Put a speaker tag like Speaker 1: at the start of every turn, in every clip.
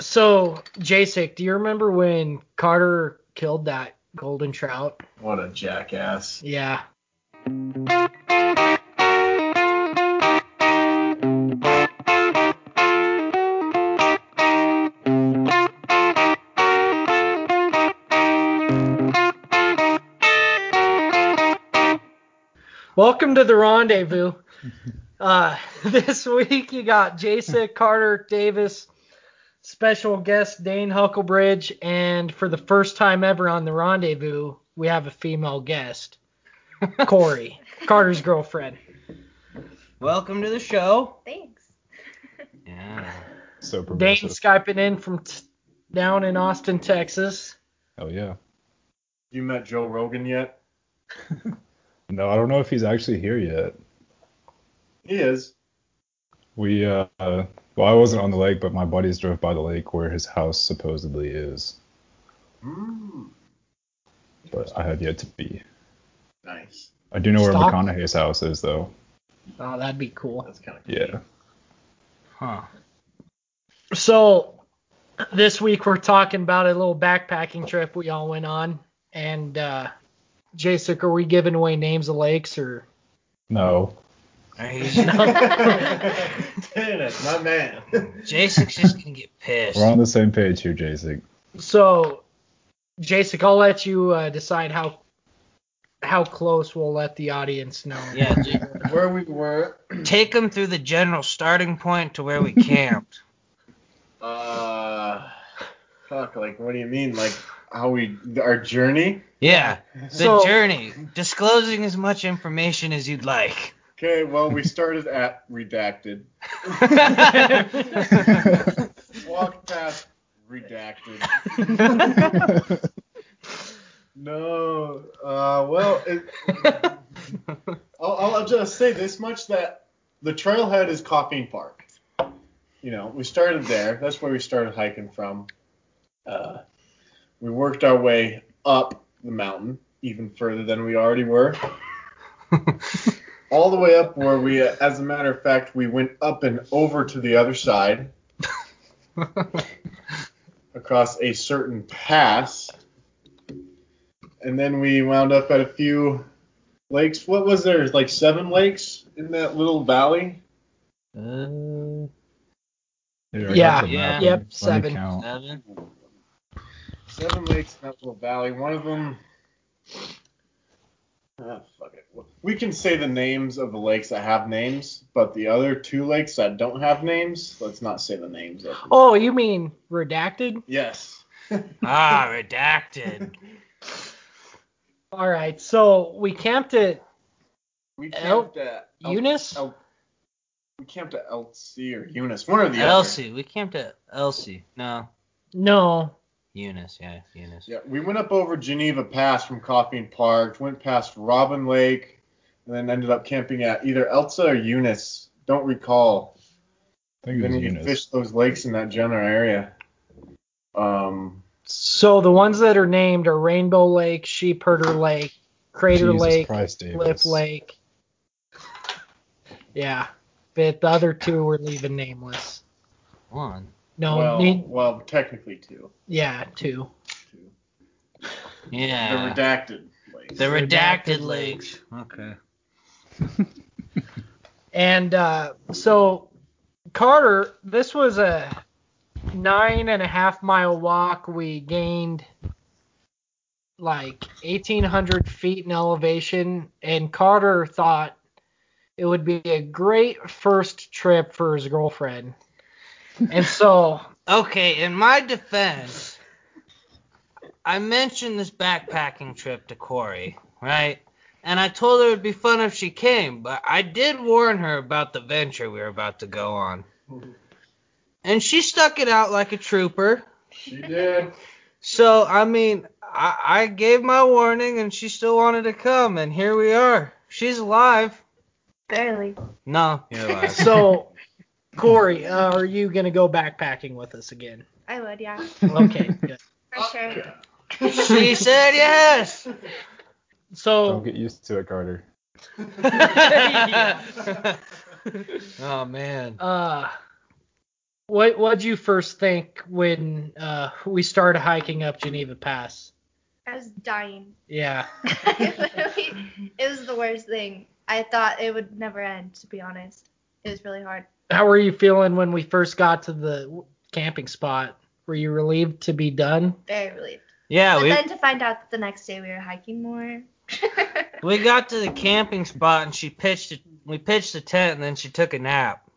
Speaker 1: So, Jacek, do you remember when Carter killed that golden trout?
Speaker 2: What a jackass.
Speaker 1: Yeah. Welcome to the rendezvous. Uh, this week you got Jacek Carter Davis, special guest Dane Hucklebridge, and for the first time ever on the rendezvous, we have a female guest, Corey, Carter's girlfriend.
Speaker 3: Welcome to the show.
Speaker 4: Thanks.
Speaker 3: Yeah.
Speaker 5: So
Speaker 1: Dane
Speaker 5: progressive.
Speaker 1: skyping in from t- down in Austin, Texas.
Speaker 5: Hell yeah.
Speaker 2: You met Joe Rogan yet?
Speaker 5: No, I don't know if he's actually here yet.
Speaker 2: He is.
Speaker 5: We uh, uh, well, I wasn't on the lake, but my buddies drove by the lake where his house supposedly is,
Speaker 2: Mm,
Speaker 5: but I have yet to be.
Speaker 2: nice.
Speaker 5: I do know where
Speaker 1: Stop.
Speaker 5: McConaughey's house is though.
Speaker 1: Oh, that'd be cool.
Speaker 2: That's kind of
Speaker 5: Yeah.
Speaker 1: Huh. So this week we're talking about a little backpacking trip we all went on. And uh Jacek, are we giving away names of lakes or
Speaker 5: No.
Speaker 2: Damn it, my man.
Speaker 3: Jason's just gonna get pissed.
Speaker 5: We're on the same page here, Jason.
Speaker 1: so Jacek, I'll let you uh, decide how how close we'll let the audience know.
Speaker 3: Yeah, j-
Speaker 2: Where we were,
Speaker 3: take him through the general starting point to where we camped.
Speaker 2: uh, fuck, like, what do you mean? Like, how we, our journey?
Speaker 3: Yeah, the
Speaker 1: So-
Speaker 3: journey, disclosing as much information as you'd like.
Speaker 2: Okay, well, we started at redacted,
Speaker 3: Uh,
Speaker 2: walked past redacted. No, uh, well, it, I'll, I'll just say this much that the trailhead is Coffeen Park. You know, we started there. That's where we started hiking from. Uh, we worked our way up the mountain, even further than we already were. All the way up where we, as a matter of fact, we went up and over to the other side across a certain pass. And then we wound up at a few lakes. What was there? Like seven lakes in that little valley?
Speaker 5: Here, I got
Speaker 1: Yeah,
Speaker 5: the
Speaker 3: yeah,
Speaker 5: map.
Speaker 1: yep,
Speaker 5: Let me
Speaker 1: seven.
Speaker 5: count.
Speaker 3: Seven.
Speaker 2: Seven lakes in that little valley. One of them. Ah, fuck it. We can say the names of the lakes that have names, but the other two lakes that don't have names, let's not say the names of them.
Speaker 1: Oh, you mean redacted?
Speaker 2: Yes.
Speaker 3: Ah, redacted.
Speaker 1: All right. So we camped at
Speaker 2: We
Speaker 1: El-
Speaker 2: camped at El-
Speaker 1: Eunice.
Speaker 2: El- we camped at LC or Eunice, one or the other.
Speaker 3: Elsie, we camped at Elsie. No,
Speaker 1: No.
Speaker 3: Eunice. Yeah, Eunice.
Speaker 2: Yeah, we went up over Geneva Pass from Coffeen Park, went past Robin Lake, and then ended up camping at either Elsa or Eunice. Don't recall.
Speaker 5: I think it
Speaker 2: Then
Speaker 5: was
Speaker 2: we
Speaker 5: Eunice.
Speaker 2: fished those lakes in that general area. Um,
Speaker 1: So the ones that are named are Rainbow Lake, Sheep Herder Lake, Crater
Speaker 5: Jesus
Speaker 1: Lake,
Speaker 5: Christ, Davis.
Speaker 1: Cliff Lake. Yeah, but the other two we're leaving nameless.
Speaker 3: One.
Speaker 1: No,
Speaker 2: well,
Speaker 1: ne-
Speaker 2: well, technically two.
Speaker 1: yeah, two.
Speaker 2: two.
Speaker 3: Yeah.
Speaker 5: Ah.
Speaker 2: The redacted lakes.
Speaker 3: The redacted,
Speaker 1: redacted
Speaker 3: lakes. Okay.
Speaker 1: And uh, so Carter, this was a nine and a half mile walk. We gained like 1,800 feet in elevation, and Carter thought it would be a great first trip for his girlfriend. And so
Speaker 3: Okay, in my defense, I mentioned this backpacking trip to Corey, right? And I told her it would be fun if she came, but I did warn her about the venture we were about to go on. And she stuck it out like a trooper.
Speaker 2: She did.
Speaker 3: So, I mean, I, I gave my warning and she still wanted to come, and here we are. She's alive.
Speaker 4: Barely.
Speaker 3: No, you're alive.
Speaker 1: So, Corey, uh, are you gonna go backpacking with us again?
Speaker 4: I would, yeah.
Speaker 1: Okay. good.
Speaker 4: For sure.
Speaker 3: she said yes.
Speaker 5: Don't
Speaker 1: So,
Speaker 5: get used to it, Carter.
Speaker 3: oh, man.
Speaker 1: uh, what what'd you first think when uh, we started hiking up Geneva Pass?
Speaker 4: I was dying.
Speaker 1: Yeah.
Speaker 4: it, literally- it was the worst thing. I thought it would never end, to be honest. It was really hard.
Speaker 1: How were you feeling when we first got to the camping spot? Were you relieved to be done?
Speaker 4: Very relieved.
Speaker 3: Yeah,
Speaker 4: but
Speaker 3: we
Speaker 4: then to find out that the next day we were hiking more.
Speaker 3: we got to the camping spot and she pitched it. We pitched the tent and then she took a nap.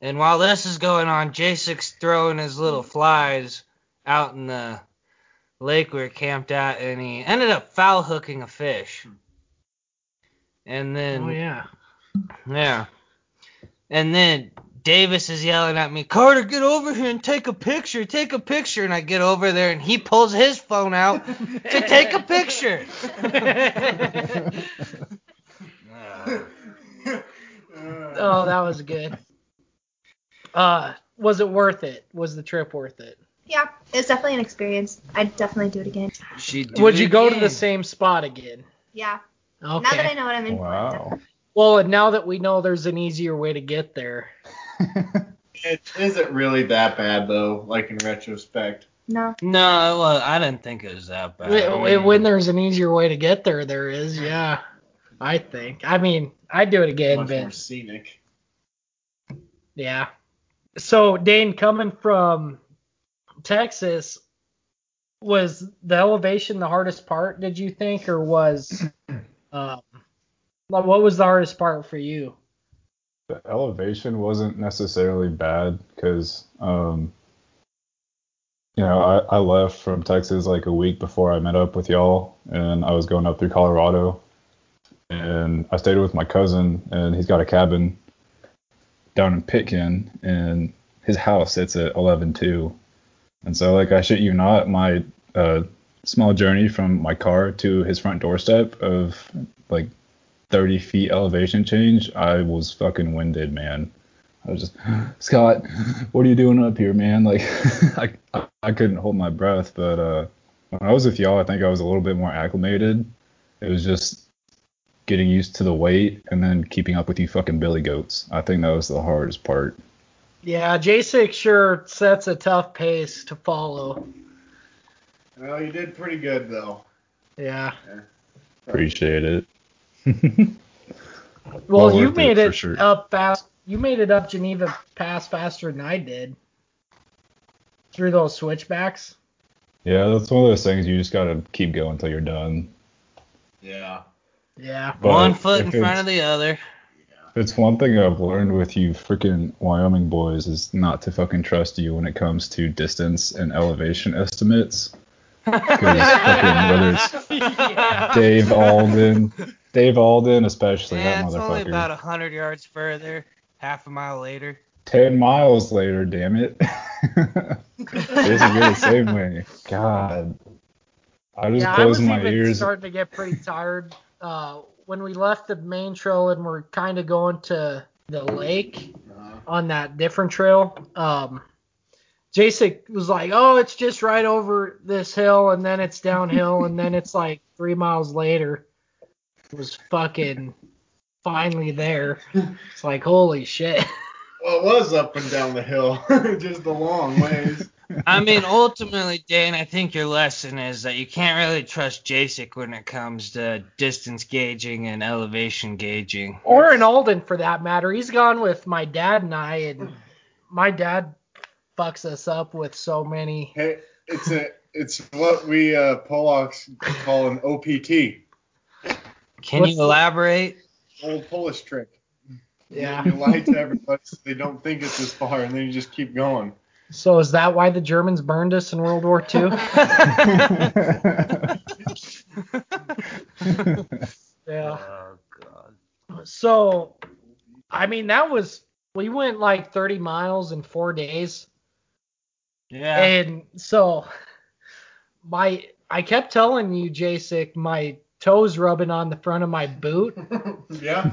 Speaker 3: And while this is going on, Jasek's throwing his little flies out in the lake we were camped at, and he ended up foul hooking a fish. And then
Speaker 1: oh yeah.
Speaker 3: Yeah. And then Davis is yelling at me, Carter, get over here and take a picture, take a picture. And I get over there and he pulls his phone out to take a picture.
Speaker 1: Oh, that was good. Uh, was it worth it? Was the trip worth it?
Speaker 4: yeah, it was definitely an experience. I'd definitely do it again.
Speaker 3: she
Speaker 1: Would you go to the same spot again?
Speaker 4: Yeah.
Speaker 1: Okay.
Speaker 4: Now that I know what I'm in for.
Speaker 5: Wow.
Speaker 1: well, and now that we know there's an easier way to get there.
Speaker 2: It isn't really that bad though, like in retrospect.
Speaker 4: No.
Speaker 3: No, well, I didn't think it was that bad.
Speaker 1: Wh- wh- when there's an easier way to get there, there is. Yeah. I think. I mean, I'd do it again,
Speaker 2: Much more
Speaker 1: but
Speaker 2: scenic.
Speaker 1: yeah. So Dane, coming from Texas, was the elevation the hardest part? Did you think, or was um, like, what was the hardest part for you?
Speaker 5: the elevation wasn't necessarily bad because um you know I, I left from texas like a week before i met up with y'all and i was going up through colorado and i stayed with my cousin and he's got a cabin down in pitkin and his house it's at 11.2 and so like i shit you not my uh small journey from my car to his front doorstep of like 30 feet elevation change, I was fucking winded, man. I was just, Scott, what are you doing up here, man? Like, I, I couldn't hold my breath. But uh, when I was with y'all, I think I was a little bit more acclimated. It was just getting used to the weight and then keeping up with you fucking billy goats. I think that was the hardest part.
Speaker 1: Yeah, J6 sure sets a tough pace to follow.
Speaker 2: Well, you did pretty good though.
Speaker 1: Yeah.
Speaker 5: Appreciate it.
Speaker 1: Well,
Speaker 5: Well
Speaker 1: you
Speaker 5: worth
Speaker 1: made
Speaker 5: it, for
Speaker 1: it
Speaker 5: sure.
Speaker 1: up fast. You made it up Geneva Pass faster than I did through those switchbacks.
Speaker 5: Yeah, that's one of those things you just gotta keep going until you're done.
Speaker 2: Yeah.
Speaker 1: Yeah.
Speaker 5: But
Speaker 3: One foot in
Speaker 5: if
Speaker 3: front
Speaker 5: it's-
Speaker 3: of the other.
Speaker 5: It's one thing I've learned with you freaking Wyoming boys is not to fucking trust you when it comes to distance and elevation estimates. 'Cause fucking whether it's Dave Alden, Dave Alden especially
Speaker 3: yeah,
Speaker 5: that
Speaker 3: it's only
Speaker 5: motherfucker.
Speaker 3: about 100 yards further, half a mile later.
Speaker 5: Ten miles later, damn it. Basically the same way. God, I just
Speaker 1: yeah, I
Speaker 5: closed
Speaker 1: was
Speaker 5: my
Speaker 1: even
Speaker 5: ears.
Speaker 1: starting to get pretty tired. Uh, when we left the main trail and we're kind of going to the lake
Speaker 2: Uh,
Speaker 1: on that different trail, um, Jacek was like, "Oh, it's just right over this hill, and then it's downhill, and then it's like three miles later." It was fucking finally there. It's like, holy shit.
Speaker 2: well, it was up and down the hill, just a long ways.
Speaker 3: I mean, ultimately, Dane, I think your lesson is that you can't really trust JASIC when it comes to distance gauging and elevation gauging.
Speaker 1: Or in Alden, for that matter. He's gone with my dad and I, and my dad fucks us up with so many.
Speaker 2: Hey, it's a it's what we uh, Polacks call an OPT,
Speaker 3: Can
Speaker 1: What's
Speaker 3: you
Speaker 1: the-
Speaker 3: elaborate?
Speaker 2: old Polish trick.
Speaker 1: Yeah.
Speaker 2: You lie to everybody so they don't think it's this far, and then you just keep going.
Speaker 1: So is that why the Germans burned us in World War II?
Speaker 5: Uh,
Speaker 1: yeah.
Speaker 3: Oh, God.
Speaker 1: So, I mean, that was we went like 30 miles in four days,
Speaker 3: Yeah.
Speaker 1: and so my I kept telling you, Jacek, my toes rubbing on the front of my boot.
Speaker 2: Yeah.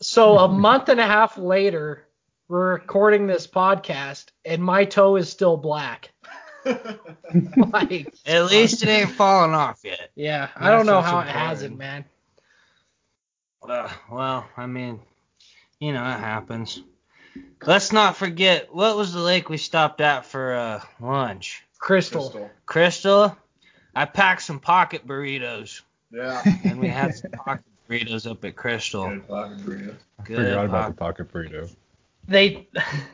Speaker 1: So a month and a half later, we're recording this podcast, and my toe is still black. like,
Speaker 3: At least it ain't falling off yet.
Speaker 1: yeah, I don't know
Speaker 3: That's
Speaker 1: how it
Speaker 3: important.
Speaker 1: hasn't, man.
Speaker 3: Uh, well, I mean, you know, it happens. Let's not forget what was the lake we stopped at for uh, lunch?
Speaker 1: Crystal.
Speaker 3: Crystal. I packed some pocket burritos,
Speaker 2: Yeah.
Speaker 3: and we had some pocket burritos up at Crystal.
Speaker 2: Good pocket burrito.
Speaker 3: Good uh,
Speaker 5: Forgot about the
Speaker 3: pocket-
Speaker 5: pocket burrito.
Speaker 1: They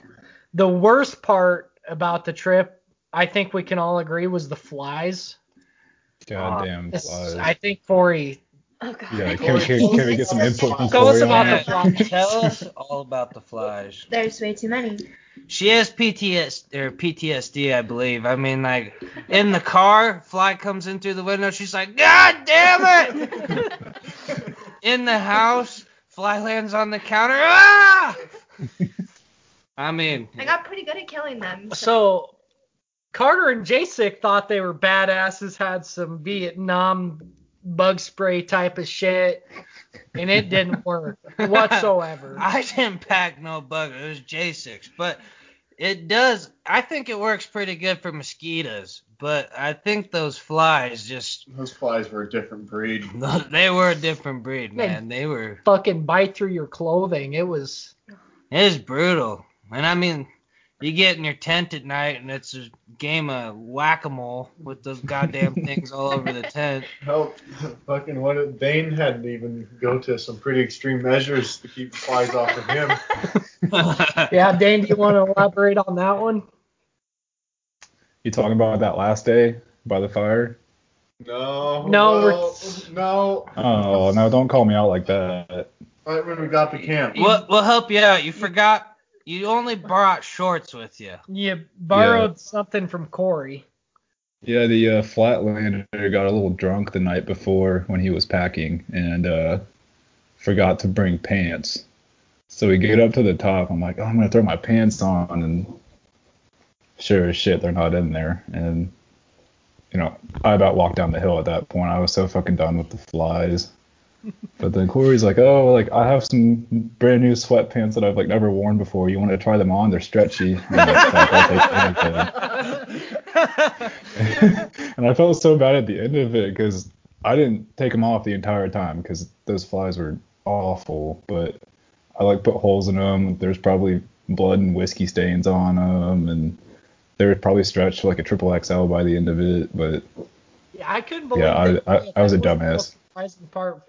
Speaker 1: the worst part about the trip, I think we can all agree was the flies.
Speaker 5: Goddamn
Speaker 1: This-
Speaker 5: flies.
Speaker 1: I think Corey
Speaker 4: Oh god.
Speaker 5: Yeah, can we, can, can we get some input from
Speaker 1: Tell us
Speaker 5: Corey on
Speaker 1: about
Speaker 5: that?
Speaker 1: the flies.
Speaker 3: Tell us all about the flies.
Speaker 4: There's way too many.
Speaker 3: She has PTS or PTSD, I believe. I mean, like in the car, fly comes in through the window. She's like, God damn it! in the house, fly lands on the counter. Ah! I mean,
Speaker 4: I got pretty good at killing them.
Speaker 1: So Carter and Jacek thought they were badasses, had some Vietnam bug spray type of shit, and it didn't work whatsoever.
Speaker 3: I didn't pack no bug. It was J6, but it does. I think it works pretty good for mosquitoes, but I think those flies just.
Speaker 2: Those flies were a different breed.
Speaker 3: They were a different breed, man. They were.
Speaker 1: Fucking bite through your clothing. It was
Speaker 3: It is brutal. And I mean, you get in your tent at night and it's a game of whack a mole with those goddamn things all over the tent.
Speaker 2: Hell, fucking what? If Bane had to even go to some pretty extreme measures to keep the flies off of him.
Speaker 1: yeah. Dane, do you want to elaborate on that one?
Speaker 5: You talking about that last day by the fire?
Speaker 2: No.
Speaker 1: No, we're-
Speaker 2: well, No.
Speaker 5: Oh no, don't call me out like that.
Speaker 2: Right when we got to camp.
Speaker 3: we'll, we'll help you out. You forgot, you only brought shorts with you.
Speaker 1: You borrowed something from Corey.
Speaker 5: Yeah, the uh, flatlander got a little drunk the night before when he was packing and uh, forgot to bring pants. So we get up to the top. I'm like, oh, I'm gonna throw my pants on, and sure as shit, they're not in there. And you know, I about walked down the hill at that point. I was so fucking done with the flies. But then Corey's like, oh, like I have some brand new sweatpants that I've like never worn before. You want to try them on? They're stretchy. And I'm like, "Fuck, I'll take anything." and I felt so bad at the end of it because I didn't take them off the entire time because those flies were awful. But I like put holes in them. There's probably blood and whiskey stains on them, and they were probably stretched like a triple XL by the end of it. But
Speaker 1: Yeah, I couldn't believe.
Speaker 5: Yeah, I-
Speaker 1: that-
Speaker 5: I- I was a
Speaker 1: that the
Speaker 5: dumbass.
Speaker 1: most Surprising part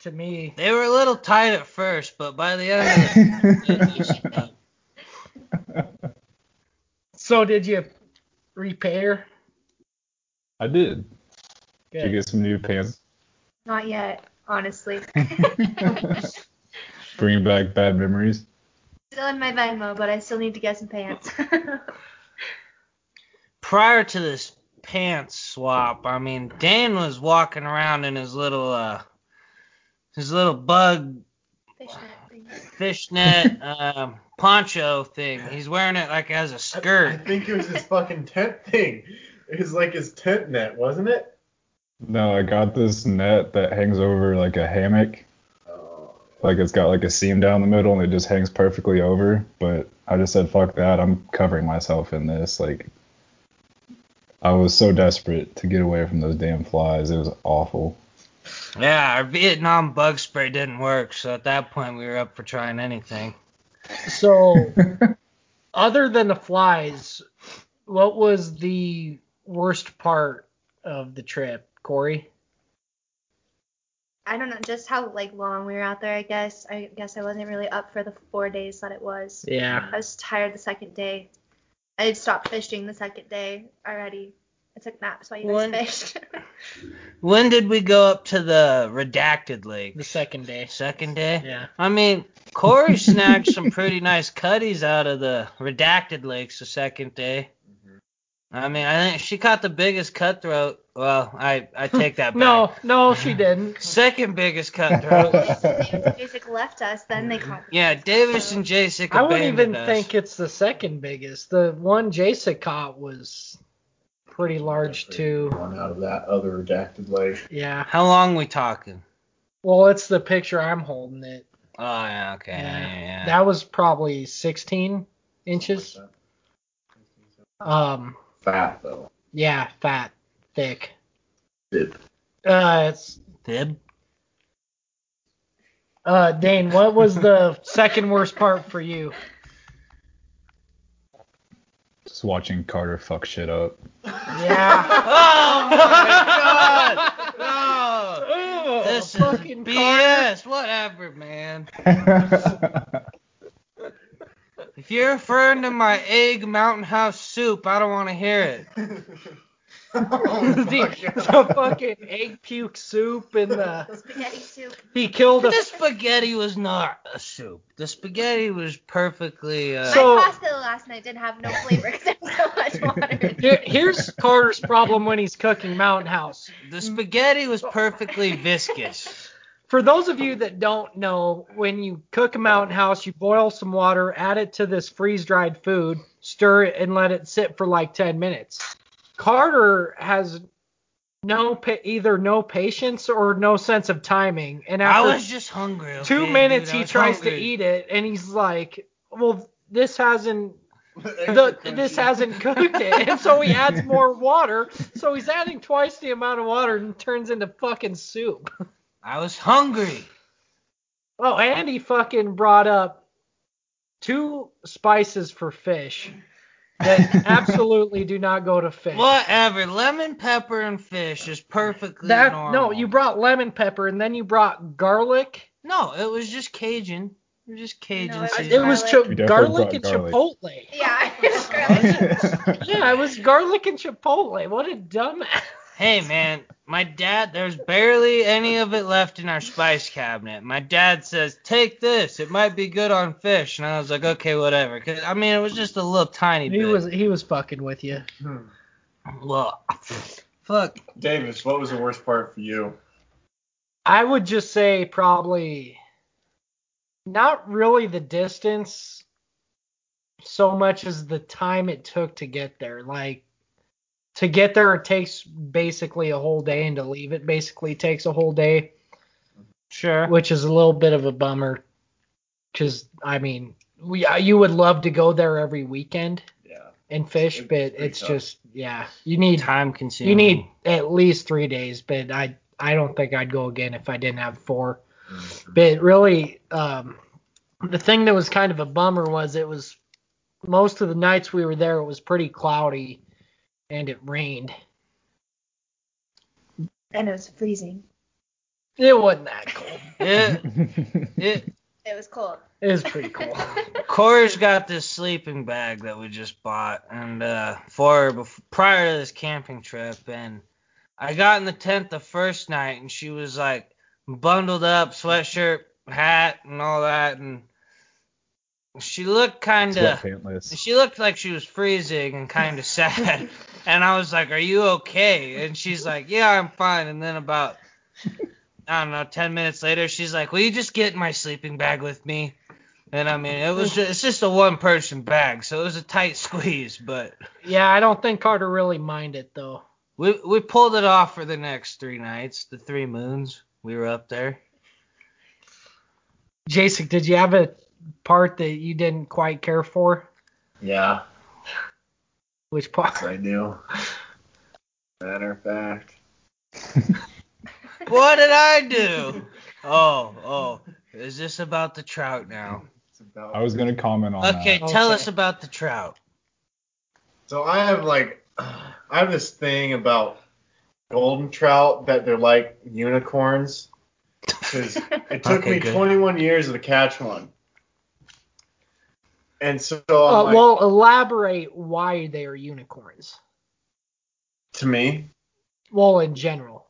Speaker 1: to me.
Speaker 3: They were a little tight at first, but by the end of the
Speaker 1: So did you repair?
Speaker 5: I did. Did you
Speaker 1: Good.
Speaker 5: get some new pants?
Speaker 4: Not yet, honestly.
Speaker 5: Bringing back bad memories.
Speaker 4: Still in my Venmo, but I still need to get some pants.
Speaker 3: prior to this pants swap, I mean, Dan was walking around in his little, uh, his little bug
Speaker 4: Fishnet things.
Speaker 3: fishnet um, poncho thing. He's wearing it like as a
Speaker 2: I
Speaker 3: skirt.
Speaker 2: think it was his fucking tent thing. It was like his tent net, wasn't it?
Speaker 5: No, I got this net that hangs over like a hammock.
Speaker 2: Oh.
Speaker 5: Like it's got like a seam down the middle and it just hangs perfectly over. But I just said, fuck that. I'm covering myself in this. Like I was so desperate to get away from those damn flies. It was awful.
Speaker 3: Yeah, our Vietnam bug spray didn't work, so at that point we were up for trying anything.
Speaker 1: So, other than the flies, what was the worst part of the trip, Corey?
Speaker 4: I don't know, just how like long we were out there. I guess. I guess I wasn't really up for the four days that it was.
Speaker 1: Yeah.
Speaker 4: I was tired the second day. I had stopped fishing the second day already. I took naps while you guys
Speaker 3: One-
Speaker 4: fished.
Speaker 3: When did we go up to the redacted lake?
Speaker 1: The second day.
Speaker 3: Second day?
Speaker 1: Yeah.
Speaker 3: I mean, Corey snagged some pretty nice cuties out of the redacted lakes the second day.
Speaker 1: Mm-hmm.
Speaker 3: I mean, I think she caught the biggest cutthroat. Well, I, I take that back.
Speaker 1: No, no, she didn't.
Speaker 3: Second biggest cutthroat.
Speaker 4: Basic left us. Then they caught.
Speaker 3: yeah, Davis and Jacek
Speaker 1: I wouldn't
Speaker 3: abandoned
Speaker 1: even
Speaker 3: us.
Speaker 1: think it's the second biggest. The one Jason caught was pretty large too.
Speaker 2: One out of that other redacted lake.
Speaker 1: Yeah.
Speaker 3: How long we talking?
Speaker 1: Well, it's the picture I'm holding it.
Speaker 3: Oh yeah, okay.
Speaker 1: Yeah.
Speaker 3: Yeah, yeah.
Speaker 1: That was probably 16 inches. Um,
Speaker 2: Fat though.
Speaker 1: yeah, fat, thick.
Speaker 2: Bib.
Speaker 1: Uh, it's,
Speaker 3: Fib.
Speaker 1: uh, Dane, what was the second worst part for you?
Speaker 5: Just watching Carter fuck shit up.
Speaker 1: Yeah.
Speaker 3: Oh my god! No!
Speaker 1: Ew,
Speaker 3: This is
Speaker 1: Oh, fucking Carter.
Speaker 3: BS. Whatever, man.
Speaker 5: I
Speaker 3: If you're referring to my egg mountain house soup, I don't want to hear it.
Speaker 2: Oh,
Speaker 1: the, the fucking egg puke soup and the
Speaker 4: Spaghetti soup.
Speaker 1: he killed a
Speaker 3: The spaghetti was not a soup. The spaghetti was perfectly. Uh,
Speaker 1: So-
Speaker 4: My pasta last night didn't have no flavor because there was so much water. in it.
Speaker 1: Here- here's Carter's problem when he's cooking Mountain House.
Speaker 3: the spaghetti was perfectly viscous.
Speaker 1: For those of you that don't know, when you cook a Mountain House, you boil some water, add it to this freeze dried food, stir it, and let it sit for like 10 minutes. Carter has no pa- either no patience or no sense of timing, and
Speaker 3: I
Speaker 1: after
Speaker 3: was just hungry. Okay,
Speaker 1: two minutes
Speaker 3: dude, I
Speaker 1: he
Speaker 3: was
Speaker 1: tries to
Speaker 3: hungry.
Speaker 1: eat it, and he's like, "Well, this hasn't the, this hasn't cooked it, and so he adds more water. So he's adding twice the amount of water and turns into fucking soup.
Speaker 3: I was hungry.
Speaker 1: Oh, and he fucking brought up two spices for fish that absolutely do not go to fish.
Speaker 3: Whatever. Lemon pepper and fish is perfectly
Speaker 1: That
Speaker 3: normal.
Speaker 1: no, you brought lemon pepper and then you brought garlic.
Speaker 3: No, it was just Cajun. It was just Cajun.
Speaker 4: No, it was
Speaker 3: seasoning.
Speaker 1: It was
Speaker 4: Garlic.
Speaker 1: cho-
Speaker 5: You definitely
Speaker 1: garlic
Speaker 5: brought
Speaker 1: and
Speaker 5: garlic.
Speaker 1: chipotle.
Speaker 4: Yeah, it was garlic.
Speaker 1: Yeah, it was garlic and chipotle. What a dumbass.
Speaker 3: Hey man, my dad, there's barely any of it left in our spice cabinet. My dad says, "Take this. It might be good on fish." And I was like, "Okay, whatever." 'Cause, I mean, it was just a little tiny
Speaker 1: He
Speaker 3: bit.
Speaker 1: was he was fucking with you.
Speaker 3: Well, fuck.
Speaker 2: Davis, what was the worst part for you?
Speaker 1: I would just say probably not really the distance so much as the time it took to get there. Like to get there it takes basically a whole day and to leave it basically takes a whole day,
Speaker 3: Sure.
Speaker 1: which is a little bit of a bummer cuz I mean, we you would love to go there every weekend
Speaker 2: Yeah.
Speaker 1: and fish,
Speaker 2: It's
Speaker 1: but
Speaker 2: pretty
Speaker 1: it's
Speaker 2: tough.
Speaker 1: just yeah, you need
Speaker 3: Time consuming.
Speaker 1: you need at least three days, but I I don't think I'd go again if I didn't have four. But really, um, the thing that was kind of a bummer was it was most of the nights we were there it was pretty cloudy and it rained.
Speaker 4: And it was freezing.
Speaker 1: It wasn't that cold.
Speaker 3: It, it,
Speaker 4: It was cold.
Speaker 1: It was pretty cold.
Speaker 3: Cora's got this sleeping bag that we just bought, and uh, for bef- prior to this camping trip, and I got in the tent the first night, and she was like bundled up, sweatshirt, hat, and all that, and she looked kind of.
Speaker 5: Sweatpantless.
Speaker 3: She looked like she was freezing and kind of sad. And I was like, Are you okay? And she's like, Yeah, I'm fine. And then about, I don't know, 10 minutes later, she's like, Will you just get in my sleeping bag with me? And I mean, it was just, it's just a one person bag. So it was a tight squeeze. But
Speaker 1: yeah, I don't think Carter really minded though.
Speaker 3: we, we pulled it off for the next three nights, the three moons. We were up there.
Speaker 1: Jason, did you have a part that you didn't quite care for?
Speaker 2: Yeah,
Speaker 1: Which part?
Speaker 2: I do. Matter of fact.
Speaker 3: What did I do? Oh, oh. Is this about the trout now?
Speaker 2: It's about
Speaker 5: I was gonna comment on
Speaker 3: Okay,
Speaker 5: that.
Speaker 3: tell
Speaker 1: Okay.
Speaker 3: us about the trout.
Speaker 2: So I have like I have this thing about golden trout that they're like unicorns. 'Cause it took
Speaker 3: Okay,
Speaker 2: me
Speaker 3: good.
Speaker 2: 21 years to catch one. And so I'm
Speaker 1: Uh,
Speaker 2: like,
Speaker 1: well, elaborate why they are unicorns.
Speaker 2: to me,
Speaker 1: Well, in general.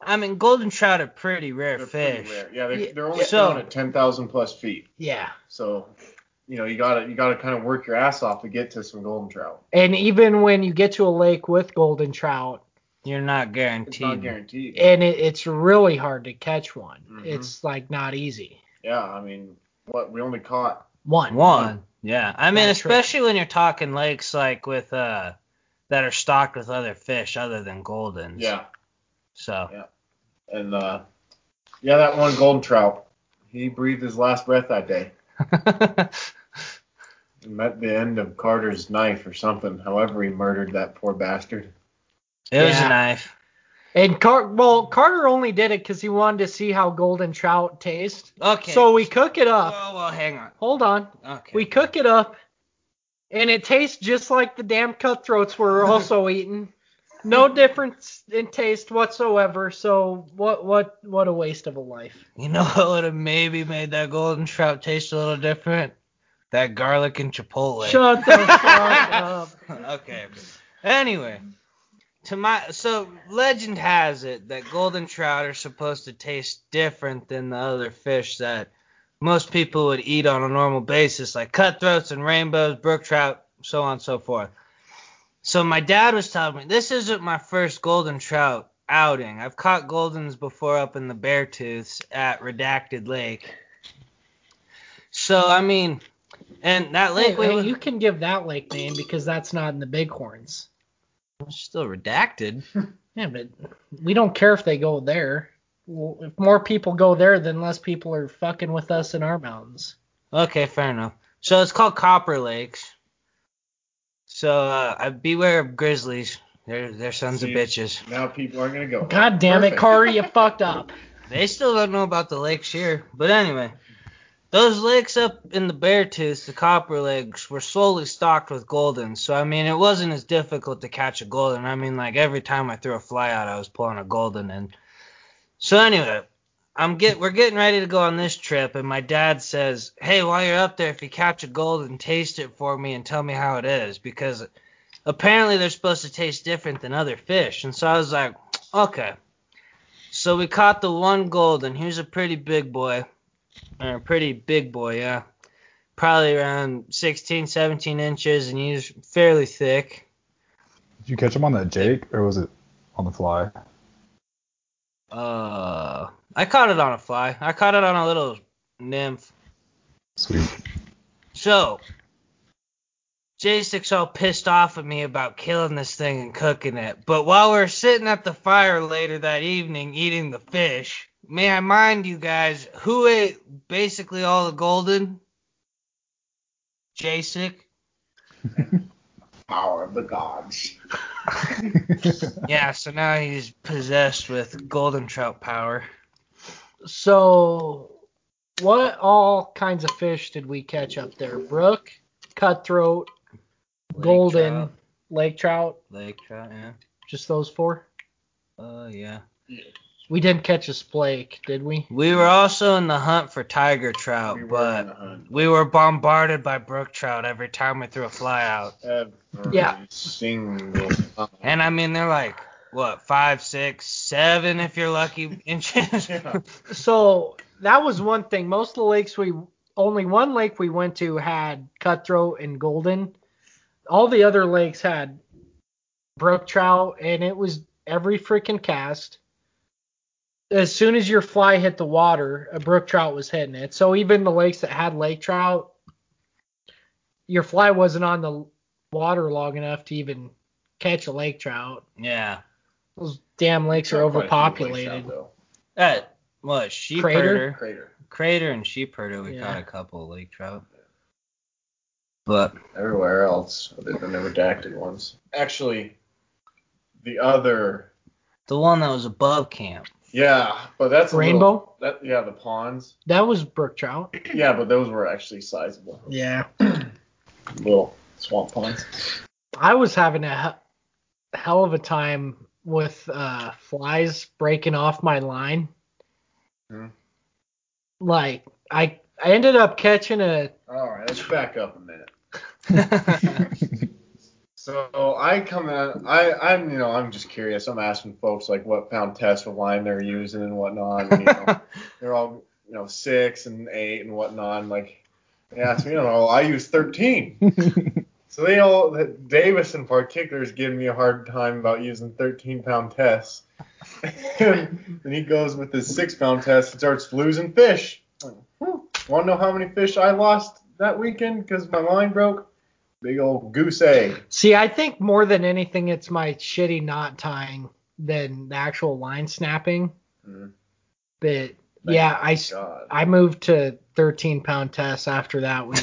Speaker 3: I mean, golden trout are pretty rare
Speaker 2: they're
Speaker 3: fish.
Speaker 2: pretty rare. Yeah, they're,
Speaker 1: Yeah.
Speaker 2: they're only
Speaker 3: So-
Speaker 2: found at 10,000 plus feet.
Speaker 1: Yeah.
Speaker 2: So you know you gotta you gotta kind of work your ass off to get to some golden trout.
Speaker 1: And even when you get to a lake with golden trout,
Speaker 3: You're not guaranteed.
Speaker 2: It's not guaranteed.
Speaker 1: and it, it's really hard to catch one.
Speaker 2: Mhm.
Speaker 1: It's like not easy.
Speaker 2: yeah, I mean, what we only caught
Speaker 1: One.
Speaker 3: One. Yeah. I mean,
Speaker 1: That's true.
Speaker 3: especially when you're talking lakes like with uh that are stocked with other fish other than goldens.
Speaker 2: yeah,
Speaker 3: So
Speaker 2: and uh, yeah, that one golden trout. He breathed his last breath that day. It met the end of Carter's knife or something. However, he murdered that poor bastard.
Speaker 3: it was
Speaker 1: Yeah.
Speaker 3: a knife.
Speaker 1: And Car- well, Carter only did it because he wanted to see how golden trout taste.
Speaker 3: Okay.
Speaker 1: uh, So we cook it up.
Speaker 3: Oh well, hang on.
Speaker 1: Hold on.
Speaker 3: Okay.
Speaker 1: We cook it up, and it tastes just like the damn cutthroats were also eating. No difference in taste whatsoever. So what what what a waste of a life.
Speaker 3: You know what would have maybe made that golden trout taste a little different? That garlic and chipotle.
Speaker 1: Shut the fuck up.
Speaker 3: okay. Anyway, to my so legend has it that golden trout are supposed to taste different than the other fish that most people would eat on a normal basis, like cutthroats and rainbows, brook trout, so on and so forth. So my dad was telling me this isn't my first golden trout outing. I've caught goldens before up in the Beartooths at Redacted Lake. So I mean, and that
Speaker 1: Hey,
Speaker 3: lake we
Speaker 1: hey, you can give that lake name because that's not in the Bighorns.
Speaker 3: It's still redacted.
Speaker 1: Yeah, but we don't care if they go there. Well, If more people go there, then less people are fucking with us in our mountains.
Speaker 3: Okay, fair enough. So it's called Copper Lakes. So uh, I beware of grizzlies. They're they're sons
Speaker 2: See?
Speaker 3: of bitches.
Speaker 2: Now people are gonna go. "Oh,
Speaker 1: God damn it,
Speaker 2: Perfect.
Speaker 1: Carter, you fucked up.
Speaker 3: They still don't know about the lakes here. But anyway, those lakes up in the Beartooth, the Copper Lakes, were slowly stocked with golden. So I mean, it wasn't as difficult to catch a golden. I mean, like every time I threw a fly out, I was pulling a golden in. So anyway, I'm get we're getting ready to go on this trip, and my dad says, "Hey, while you're up there, if you catch a golden, taste it for me and tell me how it is, because apparently they're supposed to taste different than other fish." And so I was like, "Okay." So we caught the one golden. He was a pretty big boy, or a pretty big boy, yeah, probably around 16, 17 inches, and he was fairly thick.
Speaker 5: Did you catch him on that Jake or was it on the fly?
Speaker 3: Uh, I caught it on a fly. I caught it on a little nymph.
Speaker 5: Sweet.
Speaker 3: So, J Six all pissed off at me about killing this thing and cooking it. But while we were sitting at the fire later that evening eating the fish, may I mind you guys who ate basically all the golden? J Six.
Speaker 2: Power of the gods.
Speaker 3: Yeah, so now he's possessed with golden trout power.
Speaker 1: So, what all kinds of fish did we catch up there? Brook, cutthroat,
Speaker 3: Lake
Speaker 1: golden,
Speaker 3: trout,
Speaker 1: lake trout,
Speaker 3: lake trout, yeah.
Speaker 1: just those four.
Speaker 3: Oh, yeah.
Speaker 1: We didn't catch a splake, did we?
Speaker 3: We were also in the hunt for tiger trout,
Speaker 2: We were
Speaker 3: Oh, but
Speaker 2: in the hunt
Speaker 3: We were bombarded by brook trout every time we threw a fly out.
Speaker 2: every
Speaker 1: Yeah.
Speaker 2: single time.
Speaker 3: And I mean, they're like, what, five, six, seven if you're lucky inches?
Speaker 2: Yeah.
Speaker 1: So that was one thing. Most of the lakes we only one lake we went to had cutthroat and golden. All the other lakes had brook trout, and it was every freaking cast. As soon as your fly hit the water, a brook trout was hitting it. So even the lakes that had lake trout, your fly wasn't on the water long enough to even catch a lake trout.
Speaker 3: yeah.
Speaker 1: Those damn lakes are
Speaker 2: Quite a few lakes out,
Speaker 1: overpopulated.
Speaker 2: though.
Speaker 3: That was sheep
Speaker 1: Crater?
Speaker 3: herder.
Speaker 2: Crater.
Speaker 3: Crater and sheep herder, we
Speaker 1: Yeah.
Speaker 3: caught a couple of lake trout. But
Speaker 2: Everywhere else other than the redacted ones. Actually, the other.
Speaker 3: the one that was above camp,
Speaker 2: Yeah, but that's a
Speaker 1: Rainbow?
Speaker 2: little- that, yeah, the ponds.
Speaker 1: That was brook trout.
Speaker 2: Yeah, but those were actually sizable.
Speaker 1: Yeah.
Speaker 2: Little swamp ponds.
Speaker 1: I was having a he- hell of a time with uh, flies breaking off my line.
Speaker 2: Hmm.
Speaker 1: Like I, I ended up catching a
Speaker 2: All right, let's back up a minute. So I come in, I, I'm, you know, I'm just curious. I'm asking folks like what pound test of line they're using and whatnot. And, you know, they're all, you know, six and eight and whatnot. And like, they ask me, you know, I use 13. So they all, Davis in particular is giving me a hard time about using 13 pound tests. and he goes with his six pound test and starts losing fish. Want to know how many fish I lost that weekend because my line broke? Big old goose egg.
Speaker 1: see. I think more than anything, it's my shitty knot tying than the actual line snapping.
Speaker 2: Mhm.
Speaker 1: But
Speaker 2: Thank
Speaker 1: yeah, I s-
Speaker 2: God.
Speaker 1: I moved to 13 pound tests after that week.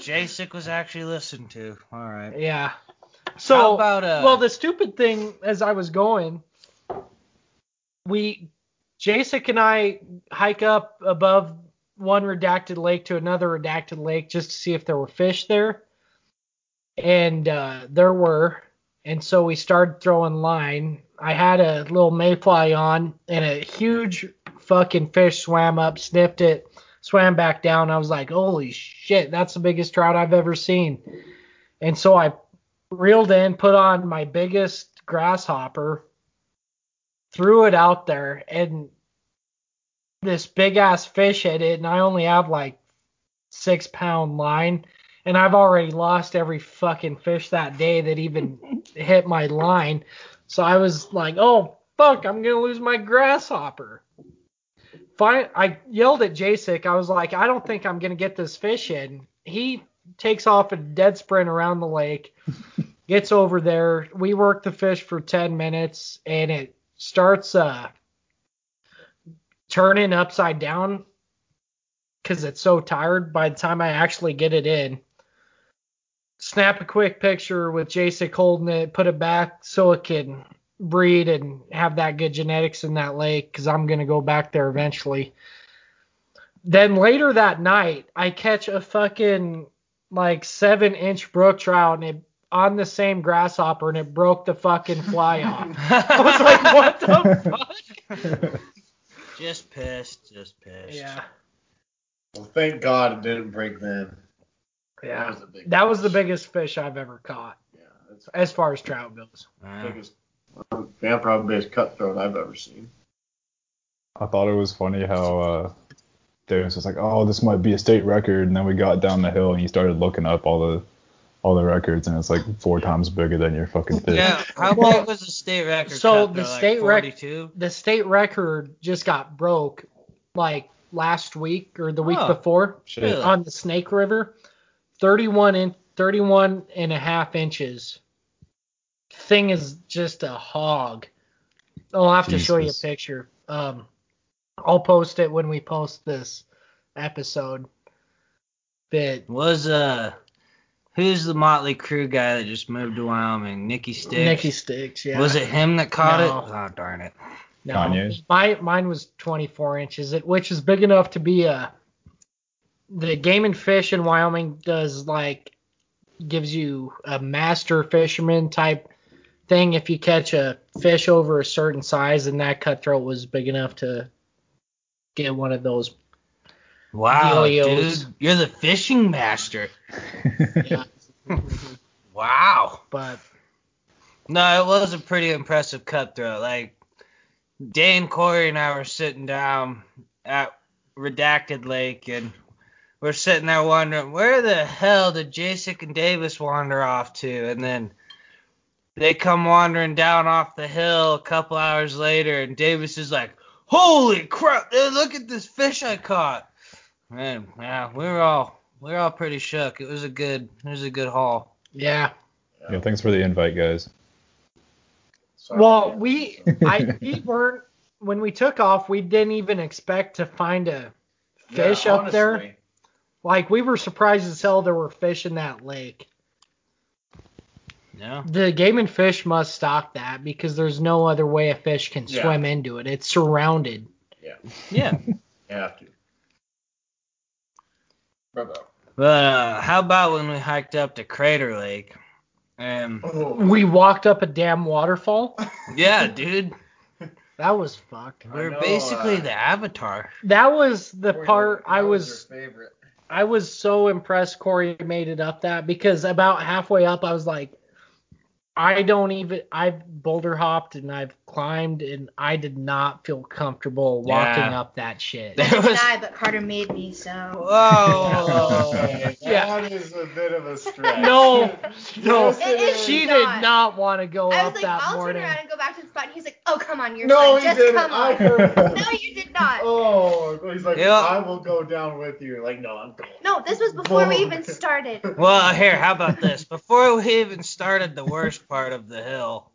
Speaker 3: Jasic was actually listened to. All right.
Speaker 1: yeah. So
Speaker 3: How about uh,
Speaker 1: well, the stupid thing as I was going, we, Jacek and I hike up above one redacted lake to another redacted lake just to see if there were fish there. And uh, there were. And so we started throwing line. I had a little mayfly on, and a huge fucking fish swam up, sniffed it, swam back down. I was like, holy shit, that's the biggest trout I've ever seen. And so I reeled in, put on my biggest grasshopper, threw it out there, and this big ass fish hit it. And I only have like six pound line. And I've already lost every fucking fish that day that even hit my line. So I was like, oh, fuck, I'm going to lose my grasshopper. Fine, I yelled at Jacek. I was like, I don't think I'm going to get this fish in. He takes off a dead sprint around the lake, gets over there. We work the fish for 10 minutes and it starts uh, turning upside down because it's so tired by the time I actually get it in. Snap a quick picture with Jacek holding it, put it back so it can breed and have that good genetics in that lake because I'm going to go back there eventually. Then later that night, I catch a fucking like seven inch brook trout and it on the same grasshopper and it broke the fucking fly off. I was like, what the fuck?
Speaker 3: Just pissed, just pissed.
Speaker 1: Yeah.
Speaker 2: Well, thank God it didn't break then. That
Speaker 1: Yeah.
Speaker 2: was the big.
Speaker 1: That was the biggest fish I've ever caught
Speaker 2: Yeah, that's
Speaker 1: as far as trout goes.
Speaker 2: the
Speaker 3: Uh,
Speaker 2: biggest. Yeah, probably biggest cutthroat I've ever seen.
Speaker 5: I thought it was funny how uh, Darius was like, "Oh, this might be a state record," and then we got down the hill and he started looking up all the all the records, and it's like four times bigger than your fucking fish.
Speaker 3: yeah, how
Speaker 1: Well,
Speaker 3: big was the state record?
Speaker 1: so
Speaker 3: cut,
Speaker 1: the
Speaker 3: though, like
Speaker 1: state rec-
Speaker 3: 42?
Speaker 1: The state record just got broke like last week or the week
Speaker 3: Oh.
Speaker 1: before
Speaker 5: Shit.
Speaker 3: Really?
Speaker 1: on the Snake River. 31 in 31 and a half inches. Thing is just a hog. I'll have to show you a
Speaker 5: Jesus.
Speaker 1: picture. Um, I'll post it when we post this episode. But
Speaker 3: Was uh, who's the Motley Crew guy that just moved to Wyoming? Nikki Sticks.
Speaker 1: Nicky sticks, yeah.
Speaker 3: Was it him that caught
Speaker 1: No.
Speaker 3: it? Oh darn it.
Speaker 1: No,
Speaker 5: Kanye's?
Speaker 1: my mine was 24 inches, it- which is big enough to be a. The game and fish in Wyoming does like gives you a master fisherman type thing if you catch a fish over a certain size, and that cutthroat was big enough to get one of those.
Speaker 3: Wow,
Speaker 1: Yo-yos.
Speaker 3: dude, you're the fishing master.
Speaker 1: Yeah,
Speaker 3: Wow.
Speaker 1: but
Speaker 3: No, it was a pretty impressive cutthroat. Like Dan Corey and I were sitting down at Redacted Lake, and we're sitting there wondering where the hell did Jacek and Davis wander off to, and then they come wandering down off the hill a couple hours later, and Davis is like, "Holy crap! dude, Look at this fish I caught!" Man, yeah, we were all we were all pretty shook. It was a good it was a good haul.
Speaker 1: yeah.
Speaker 5: Yeah, thanks for the invite, guys.
Speaker 2: Sorry.
Speaker 1: Well, we I we weren't when we took off, we didn't even expect to find a fish up there.
Speaker 2: honestly,
Speaker 1: Like we were surprised as hell there were fish in that lake.
Speaker 3: Yeah.
Speaker 1: The game and fish must stock that because there's no other way a fish can
Speaker 2: Yeah.
Speaker 1: swim into it. It's surrounded.
Speaker 3: Yeah.
Speaker 2: You have to. Bravo.
Speaker 3: But uh, how about when we hiked up to Crater Lake? Um,
Speaker 2: Oh,
Speaker 1: We walked up a damn waterfall.
Speaker 3: yeah, dude,
Speaker 1: That was fucked.
Speaker 2: I
Speaker 3: we're
Speaker 2: know,
Speaker 3: basically
Speaker 2: uh,
Speaker 3: the Avatar.
Speaker 1: That was the
Speaker 2: Corey,
Speaker 1: part
Speaker 2: that
Speaker 1: I was
Speaker 2: your favorite.
Speaker 1: I was so impressed Corey made it up that because about halfway up I was like I don't even I've boulder hopped and I've climbed and I did not feel comfortable walking
Speaker 3: Yeah.
Speaker 1: up that shit.
Speaker 3: There was. Oh,
Speaker 4: I, but Carter made me, so.
Speaker 3: Whoa.
Speaker 1: Yeah.
Speaker 2: That is a bit of a stretch.
Speaker 1: No, no,
Speaker 2: Yes, it is.
Speaker 1: she
Speaker 4: not.
Speaker 1: did not want to go
Speaker 4: I
Speaker 1: up
Speaker 4: was like,
Speaker 1: that
Speaker 4: I'll
Speaker 1: morning.
Speaker 4: turn around and go back to the spot. And he's like, oh, come on, you're
Speaker 2: No,
Speaker 4: fine.
Speaker 2: he
Speaker 4: Just
Speaker 2: didn't.
Speaker 4: come
Speaker 2: I
Speaker 4: on.
Speaker 2: heard him.
Speaker 4: No, you did not.
Speaker 2: Oh, he's like,
Speaker 3: Yeah.
Speaker 2: I will go down with you. Like, no, I'm going.
Speaker 4: No, this was before we
Speaker 2: Whoa.
Speaker 4: even started.
Speaker 3: Well, here, how about this? Before we even started the worst part of the hill,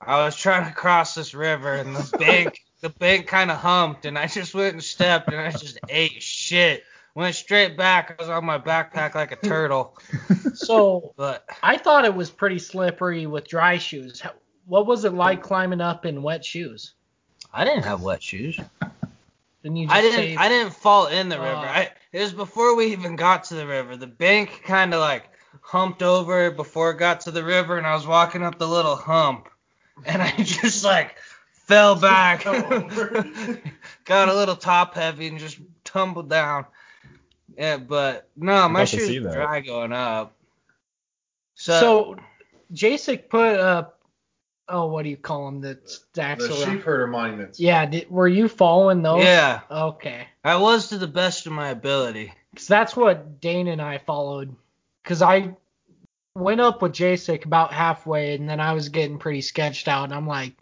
Speaker 3: I was trying to cross this river and the bank, the bank kind of humped, and I just went and stepped, and I just ate shit. Went straight back. I was on my backpack like a turtle.
Speaker 1: So
Speaker 3: But
Speaker 1: I thought it was pretty slippery with dry shoes. How- What was it like climbing up in wet shoes?
Speaker 3: I didn't have wet shoes.
Speaker 1: Didn't you just
Speaker 3: I didn't
Speaker 1: say
Speaker 3: I didn't fall in the
Speaker 1: Oh.
Speaker 3: river. I, it was before we even got to the river. The bank kind of like humped over before it got to the river, and I was walking up the little hump, and I just like fell back,
Speaker 2: Fell over.
Speaker 3: got a little top heavy, and just tumbled down. Yeah, but no, my
Speaker 5: about to see
Speaker 3: shoes were
Speaker 5: that.
Speaker 3: dry going up. So,
Speaker 1: so? Jacek put up. Oh, what do you call them? The stacks
Speaker 2: The
Speaker 1: around.
Speaker 2: sheep herder monuments.
Speaker 1: Yeah. Did, were you following those?
Speaker 3: yeah,
Speaker 1: Okay.
Speaker 3: I was to the best of my ability.
Speaker 1: Because that's what Dane and I followed. Because I went up with Jacek about halfway, and then I was getting pretty sketched out, and I'm like,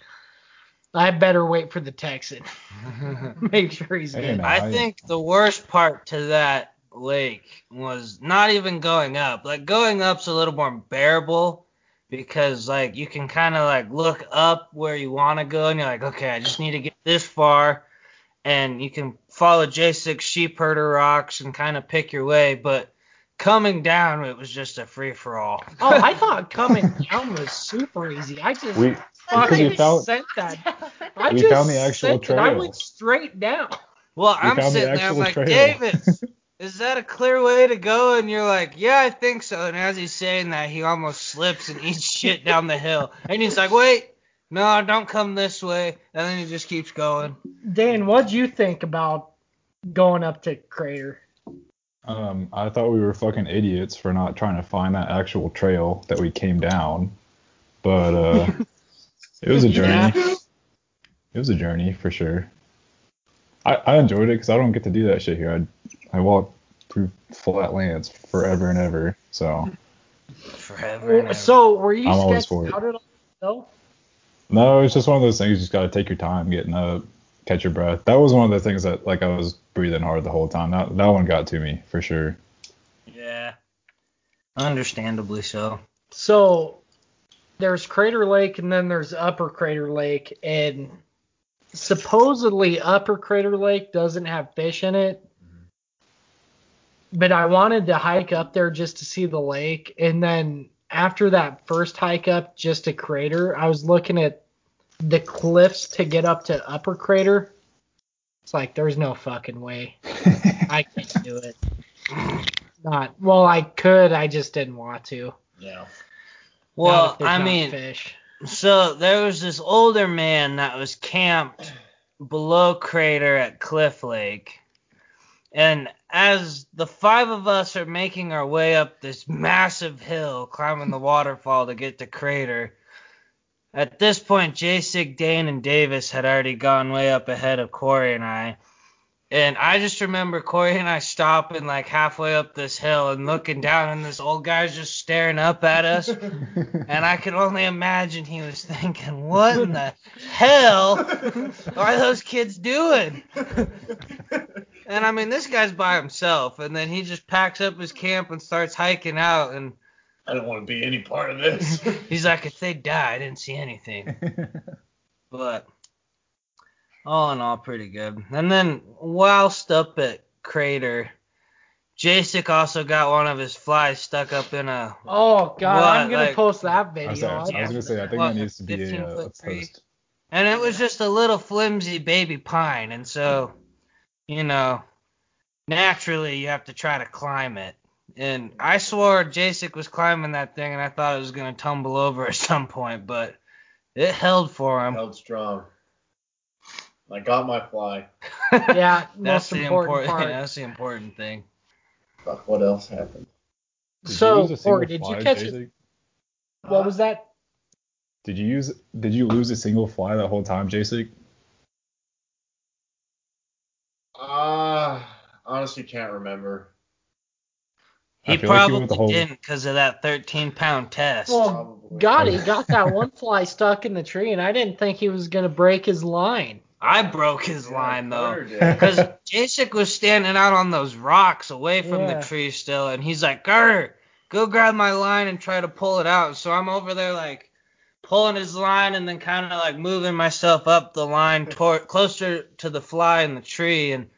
Speaker 1: I better wait for the Texan. Make sure he's
Speaker 5: Hey,
Speaker 1: good.
Speaker 5: man.
Speaker 3: I
Speaker 5: I-
Speaker 3: think the worst part to that lake was not even going up. Like going up's a little more bearable because like you can kind of like look up where you want to go and you're like, okay, I just need to get this far, and you can follow J6 sheep herder rocks and kind of pick your way. But coming down, it was just a free for all.
Speaker 1: Oh, I thought coming down was super easy. I just
Speaker 5: We
Speaker 4: Because
Speaker 1: fucking
Speaker 4: we
Speaker 5: found-
Speaker 1: sent that. I
Speaker 5: We
Speaker 1: just
Speaker 5: found the actual
Speaker 1: sent it. I
Speaker 5: trail.
Speaker 1: went straight down.
Speaker 3: Well,
Speaker 5: We
Speaker 3: I'm
Speaker 5: found the
Speaker 3: sitting there, I'm
Speaker 5: actual
Speaker 3: like,
Speaker 5: trail.
Speaker 3: Davis, is that a clear way to go? And you're like, yeah, I think so. And as he's saying that, he almost slips and eats shit down the hill. And he's like, wait, no, don't come this way. And then he just keeps going.
Speaker 1: Dan, what'd you think about going up to Crater?
Speaker 5: Um, I thought we were fucking idiots for not trying to find that actual trail that we came down, but uh, it was a journey.
Speaker 1: Yeah.
Speaker 5: It was a journey for sure. I, I enjoyed it because I don't get to do that shit here. I I walk through flat lands forever and ever, so
Speaker 3: Forever. and ever.
Speaker 1: So were you
Speaker 5: I'm always
Speaker 1: sketched
Speaker 5: for it.
Speaker 1: out at all? No.
Speaker 5: No, it's just one of those things. You just gotta take your time getting up, catch your breath. That was one of the things that like I was breathing hard the whole time. That that one got to me for sure.
Speaker 3: yeah. Understandably so.
Speaker 1: So there's Crater Lake and then there's Upper Crater Lake and supposedly Upper Crater Lake doesn't have fish in it. But I wanted to hike up there just to see the lake and then after that first hike up just to Crater, I was looking at the cliffs to get up to Upper Crater. It's like there's no fucking way. I can't do it. Not well, I could, I just didn't want to.
Speaker 2: Yeah.
Speaker 1: Not
Speaker 3: Well,
Speaker 1: if there's
Speaker 3: I
Speaker 1: not
Speaker 3: mean,
Speaker 1: fish.
Speaker 3: So there was this older man that was camped below crater at Cliff Lake. And as the five of us are making our way up this massive hill, climbing the waterfall to get to crater, at this point, Jasig, Dane, and Davis had already gone way up ahead of Corey and I. And I just remember Corey and I stopping like halfway up this hill and looking down, and this old guy's just staring up at us. And I could only imagine he was thinking, what in the hell are those kids doing? And I mean, this guy's by himself, and then he just packs up his camp and starts hiking out. And
Speaker 2: I don't want to be any part of this.
Speaker 3: he's like, if they die, I didn't see anything. But all in all, pretty good. And then whilst up at Crater, Jasek also got one of his flies stuck up in a.
Speaker 1: Oh god, I'm
Speaker 3: What,
Speaker 1: gonna
Speaker 3: like-
Speaker 1: post that
Speaker 5: I
Speaker 1: video.
Speaker 5: was, I was
Speaker 1: I-
Speaker 5: gonna say I think
Speaker 3: What,
Speaker 5: that needs to be a,
Speaker 3: 15
Speaker 5: uh, a
Speaker 3: foot tree?
Speaker 5: post.
Speaker 3: And it was just a little flimsy baby pine, and so, you know, naturally you have to try to climb it. And I swore Jasek was climbing that thing, and I thought it was gonna tumble over at some point, but it held for
Speaker 1: Um,
Speaker 3: him.
Speaker 2: Held strong. I got my fly.
Speaker 1: yeah,
Speaker 3: that's
Speaker 1: most
Speaker 3: the
Speaker 1: important, part.
Speaker 3: That's the important thing.
Speaker 2: Fuck, what else happened?
Speaker 5: Did you
Speaker 1: So,
Speaker 5: lose a single
Speaker 1: Corey, did you
Speaker 5: fly,
Speaker 1: catch it?
Speaker 5: Jason?
Speaker 1: What was that?
Speaker 5: Did you use? Did you lose a single fly that whole time, Jasek?
Speaker 2: Uh, honestly can't remember.
Speaker 5: I
Speaker 3: He
Speaker 5: feel like you
Speaker 3: probably
Speaker 5: went the whole-
Speaker 3: didn't because of that 13 pound test.
Speaker 1: Well,
Speaker 2: Probably.
Speaker 1: God, he got that one fly stuck in the tree, and I didn't think he was gonna break his line.
Speaker 3: I broke his
Speaker 2: Yeah,
Speaker 3: line though.
Speaker 2: Connor did.
Speaker 3: Because Jasek was standing out on those rocks away from
Speaker 1: Yeah.
Speaker 3: the tree still, and he's like, Grr, go grab my line and try to pull it out. So I'm over there, like, pulling his line and then kind of like moving myself up the line toward closer to the fly in the tree. And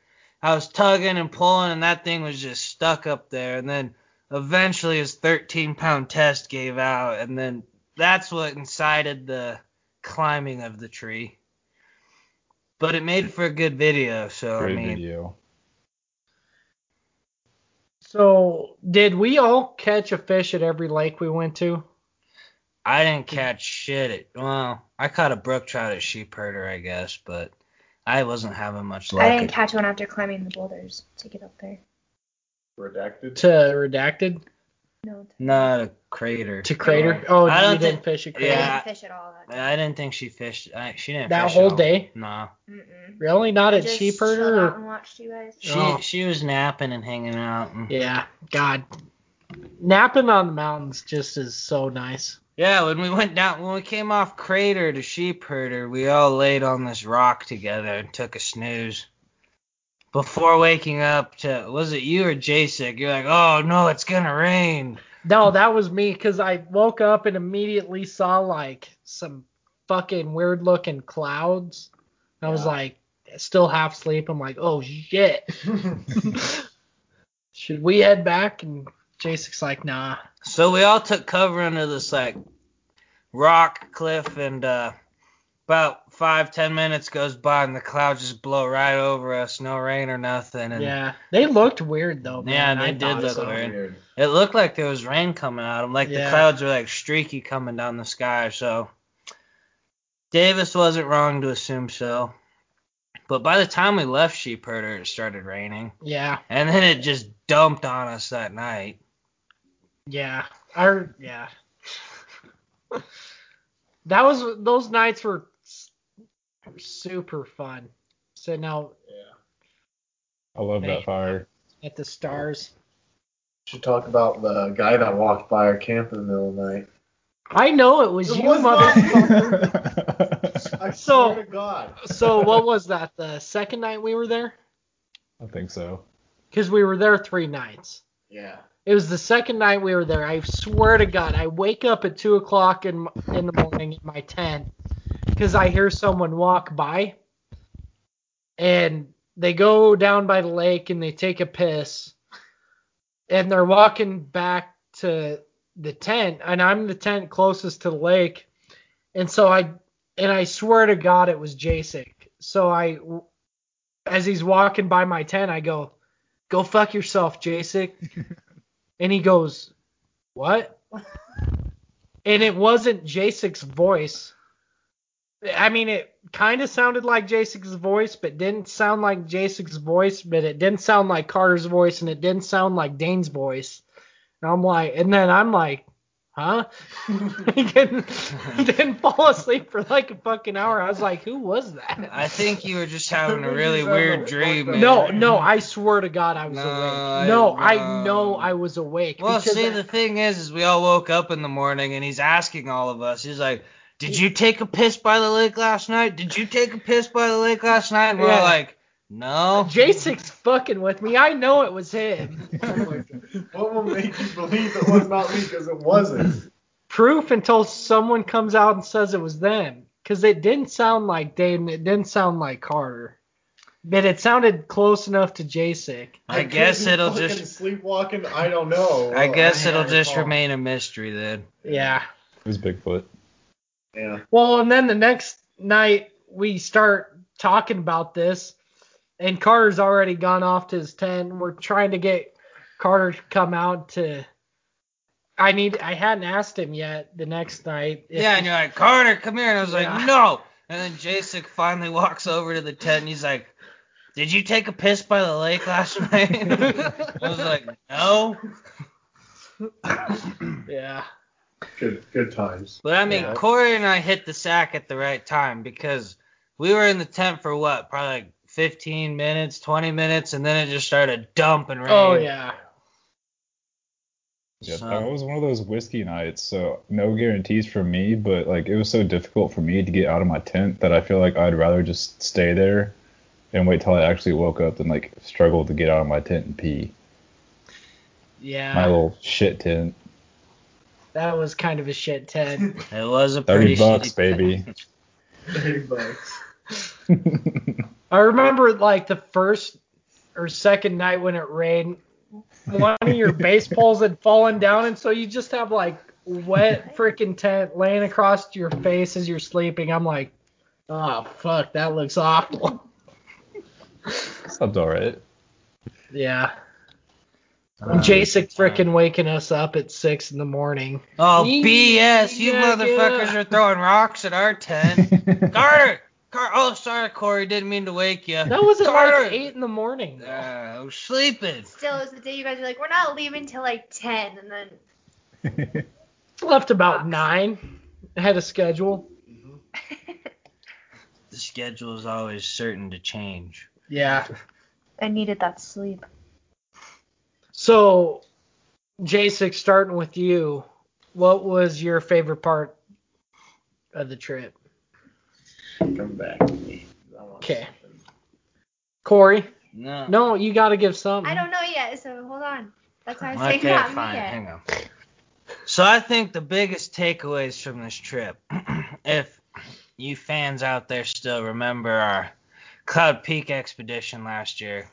Speaker 3: I was tugging and pulling, and that thing was just stuck up there. And then eventually his 13 pound test gave out, and then that's what incited the climbing of the tree. but it made for a good video.
Speaker 1: Oh,
Speaker 3: So
Speaker 5: Great
Speaker 3: I mean,
Speaker 5: video.
Speaker 1: So, did we all catch a fish at every lake we went to?
Speaker 3: I didn't catch shit. At, well, I caught a brook trout at Sheepherder, I guess, but I wasn't having much luck.
Speaker 4: I didn't catch one after climbing the boulders to get up there.
Speaker 2: Redacted.
Speaker 1: To redacted?
Speaker 4: No,
Speaker 3: Not a crater.
Speaker 1: To crater? Oh,
Speaker 3: I don't
Speaker 1: you didn't
Speaker 3: thi-
Speaker 1: fish at crater?
Speaker 4: I
Speaker 3: Yeah.
Speaker 4: didn't fish at all that.
Speaker 3: I didn't think she fished. I, she didn't.
Speaker 1: That
Speaker 3: fish
Speaker 1: whole
Speaker 3: all-
Speaker 1: day?
Speaker 3: No.
Speaker 4: Mm-mm.
Speaker 1: Really? Not
Speaker 4: I
Speaker 1: at
Speaker 4: just
Speaker 1: Sheepherder?
Speaker 4: chilled out
Speaker 1: Or...
Speaker 4: and watched you guys.
Speaker 3: She
Speaker 1: Oh.
Speaker 3: she was napping and hanging out. And, yeah.
Speaker 1: Yeah. God. Napping on the mountains just is so nice.
Speaker 3: When we went down, when we came off crater to Sheepherder, we all laid on this rock together and took a snooze. Before waking up to, was it you or Jacek? You're like, oh no, it's gonna rain.
Speaker 1: No, that was me because I woke up and immediately saw like some fucking weird looking clouds. I was
Speaker 2: Yeah.
Speaker 1: like, still half asleep. I'm like, oh shit. Should we head back? And Jason's like, nah.
Speaker 3: So we all took cover under this like rock cliff, and uh, about five ten minutes goes by, and the clouds just blow right over us, no rain or nothing. And
Speaker 1: Yeah. They looked weird though.
Speaker 3: Yeah,
Speaker 1: Man.
Speaker 3: they
Speaker 1: I
Speaker 3: did
Speaker 1: thought
Speaker 3: look
Speaker 1: so.
Speaker 3: weird.
Speaker 2: Weird.
Speaker 3: it looked like there was rain coming out. of 'em, like the
Speaker 1: Yeah.
Speaker 3: clouds were like streaky coming down the sky. So Davis wasn't wrong to assume so. But by the time we left Sheepherder, it started raining,
Speaker 1: Yeah.
Speaker 3: and then it just dumped on us that night.
Speaker 1: Yeah. I yeah. that was those nights were s- super fun. Sitting out
Speaker 2: Yeah.
Speaker 5: I love that fire.
Speaker 1: at the stars.
Speaker 2: Should talk about the guy that walked by our camp in the middle of the night.
Speaker 1: I know it was
Speaker 2: It
Speaker 1: you,
Speaker 2: was
Speaker 1: mother.
Speaker 2: I
Speaker 1: So-
Speaker 2: swear to God.
Speaker 1: so what was that? The second night we were there?
Speaker 5: I think so.
Speaker 1: Because we were there three nights.
Speaker 2: Yeah.
Speaker 1: It was the second night we were there. I swear to God, I wake up at two o'clock in in the morning in my tent because I hear someone walk by, and they go down by the lake and they take a piss, and they're walking back to the tent, and I'm the tent closest to the lake, and so I and I swear to God it was Jacek. So I, as he's walking by my tent, I go, "Go fuck yourself, Jacek." And he goes, What? and it wasn't Jasek's voice. I mean, it kind of sounded like Jasek's voice, but didn't sound like Jasek's voice, but it didn't sound like Carter's voice, and it didn't sound like Dane's voice. And I'm like, and then I'm like, Huh? he, didn't, he didn't fall asleep for like a fucking hour. I was like, Who was that?
Speaker 3: I think you were just having a
Speaker 2: Maybe
Speaker 3: really
Speaker 2: he's having a
Speaker 3: weird
Speaker 2: fucked
Speaker 3: dream.
Speaker 2: up
Speaker 3: man.
Speaker 1: No, no, I swear to God, I was
Speaker 3: No, I-
Speaker 1: awake. No, I,
Speaker 3: no.
Speaker 1: know I was awake.
Speaker 3: Well,
Speaker 1: because
Speaker 3: see,
Speaker 1: I-
Speaker 3: the thing is, is we all woke up in the morning, and he's asking all of us. He's like, "Did you take a piss by the lake last night? Did you take a piss by the lake last night?" And we're
Speaker 1: Yeah.
Speaker 3: like, "No."
Speaker 1: Jasek's fucking with me. I know it was him.
Speaker 2: What will make you believe it was not me? Because it wasn't.
Speaker 1: Proof until someone comes out and says it was them. Because it didn't sound like Dave and it didn't sound like Carter. But it sounded close enough to Jasek.
Speaker 3: I guess
Speaker 2: couldn't
Speaker 3: it'll
Speaker 2: fucking
Speaker 3: just,
Speaker 2: sleepwalking. I don't know.
Speaker 1: Oh,
Speaker 3: I guess
Speaker 2: can't
Speaker 3: it'll just
Speaker 2: recall.
Speaker 3: remain a mystery then.
Speaker 1: Yeah.
Speaker 5: It was Bigfoot.
Speaker 2: Yeah.
Speaker 1: Well, and then the next night we start talking about this, and Carter's already gone off to his tent. We're trying to get Carter to come out to. I need. I hadn't asked him yet. The next night. if
Speaker 3: Yeah,
Speaker 1: he
Speaker 3: and you're like, "Carter, come here," and I was
Speaker 1: Yeah.
Speaker 3: like, "No." And then Jasek finally walks over to the tent, and he's like, "Did you take a piss by the lake last night?" I was like, "No."
Speaker 1: Yeah.
Speaker 2: Good. Good times.
Speaker 3: But I mean,
Speaker 1: Yeah.
Speaker 3: Corey and I hit the sack at the right time because we were in the tent for what, probably like 15 minutes, 20 minutes, and then it just started dumping rain.
Speaker 1: Oh yeah.
Speaker 5: Yeah,
Speaker 3: So-
Speaker 5: that was one of those whiskey nights, so no guarantees from me, but like it was so difficult for me to get out of my tent that I feel like I'd rather just stay there and wait till I actually woke up than like struggle to get out of my tent and pee. My
Speaker 1: Yeah.
Speaker 5: little shit tent.
Speaker 1: That was kind of a shit tent.
Speaker 3: It was a pretty
Speaker 5: Thirty
Speaker 3: shitty
Speaker 5: bucks,
Speaker 3: tent.
Speaker 5: baby.
Speaker 2: Thirty bucks.
Speaker 1: I remember like the first or second night when it rained, one of your base poles had fallen down, and so you just have like wet freaking tent laying across your face as you're sleeping. I'm like, Oh fuck, that looks awful.
Speaker 5: Sounds all right.
Speaker 1: Yeah.
Speaker 5: Uh,
Speaker 1: When Jasek frickin' waking us up at six in the morning.
Speaker 3: Oh
Speaker 1: Yeah,
Speaker 3: BS! You
Speaker 1: yeah,
Speaker 3: motherfuckers
Speaker 1: yeah.
Speaker 3: are throwing rocks at our tent. Carter, Car- oh sorry, Corey, didn't mean to wake you.
Speaker 1: That was at
Speaker 3: Carter!
Speaker 1: like eight in the morning.
Speaker 3: Uh,
Speaker 1: though.
Speaker 3: I was sleeping.
Speaker 4: Still, it was the day you guys were like, we're not leaving till like 10, and then
Speaker 1: Left about nine. I had a schedule.
Speaker 3: The schedule is always certain to change.
Speaker 1: Yeah.
Speaker 4: I needed that sleep.
Speaker 1: So, Jasek, starting with you, what was your favorite part of the trip?
Speaker 2: Come back to me. I want
Speaker 1: Okay.
Speaker 2: something.
Speaker 1: Corey?
Speaker 3: No.
Speaker 1: No, you got to give something.
Speaker 4: I don't know yet, so hold on. That's how I was
Speaker 3: Okay,
Speaker 4: saying not me
Speaker 3: fine.
Speaker 4: yet.
Speaker 3: Hang on. So I think the biggest takeaways from this trip, if you fans out there still remember our Cloud Peak expedition last year,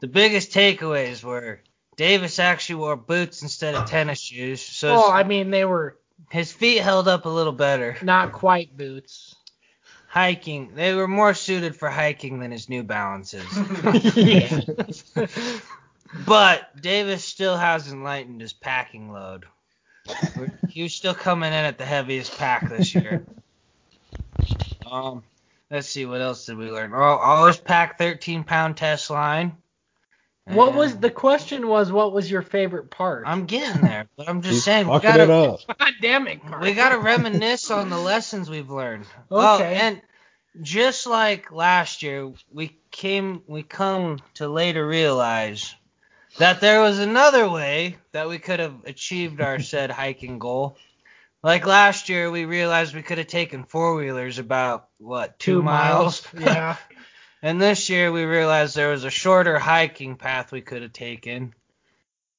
Speaker 3: the biggest takeaways were Davis actually wore boots instead of tennis shoes, so his-
Speaker 1: Well, Oh, I mean, they were
Speaker 3: his feet held up a little better.
Speaker 1: not quite boots.
Speaker 3: Hiking, they were more suited for hiking than his New Balances.
Speaker 1: yeah.
Speaker 3: But Davis still hasn't lightened his packing load. We're- he was still coming in at the heaviest pack this year. Um, let's see, what else did we learn? Oh, always pack 13 pound test line.
Speaker 1: What was
Speaker 3: And
Speaker 1: the question? Was what was your favorite part?
Speaker 3: I'm getting there, but I'm just
Speaker 5: He's
Speaker 3: saying we
Speaker 5: fucking it
Speaker 3: gotta
Speaker 5: up.
Speaker 1: God damn it, Carl.
Speaker 3: we gotta reminisce on the lessons we've learned. Oh,
Speaker 1: Okay.
Speaker 3: and just like last year, we came we come to later realize that there was another way that we could have achieved our said hiking goal. Like last year, we realized we could have taken four wheelers about what two, miles,
Speaker 1: yeah.
Speaker 3: and this year we realized there was a shorter hiking path we could have taken.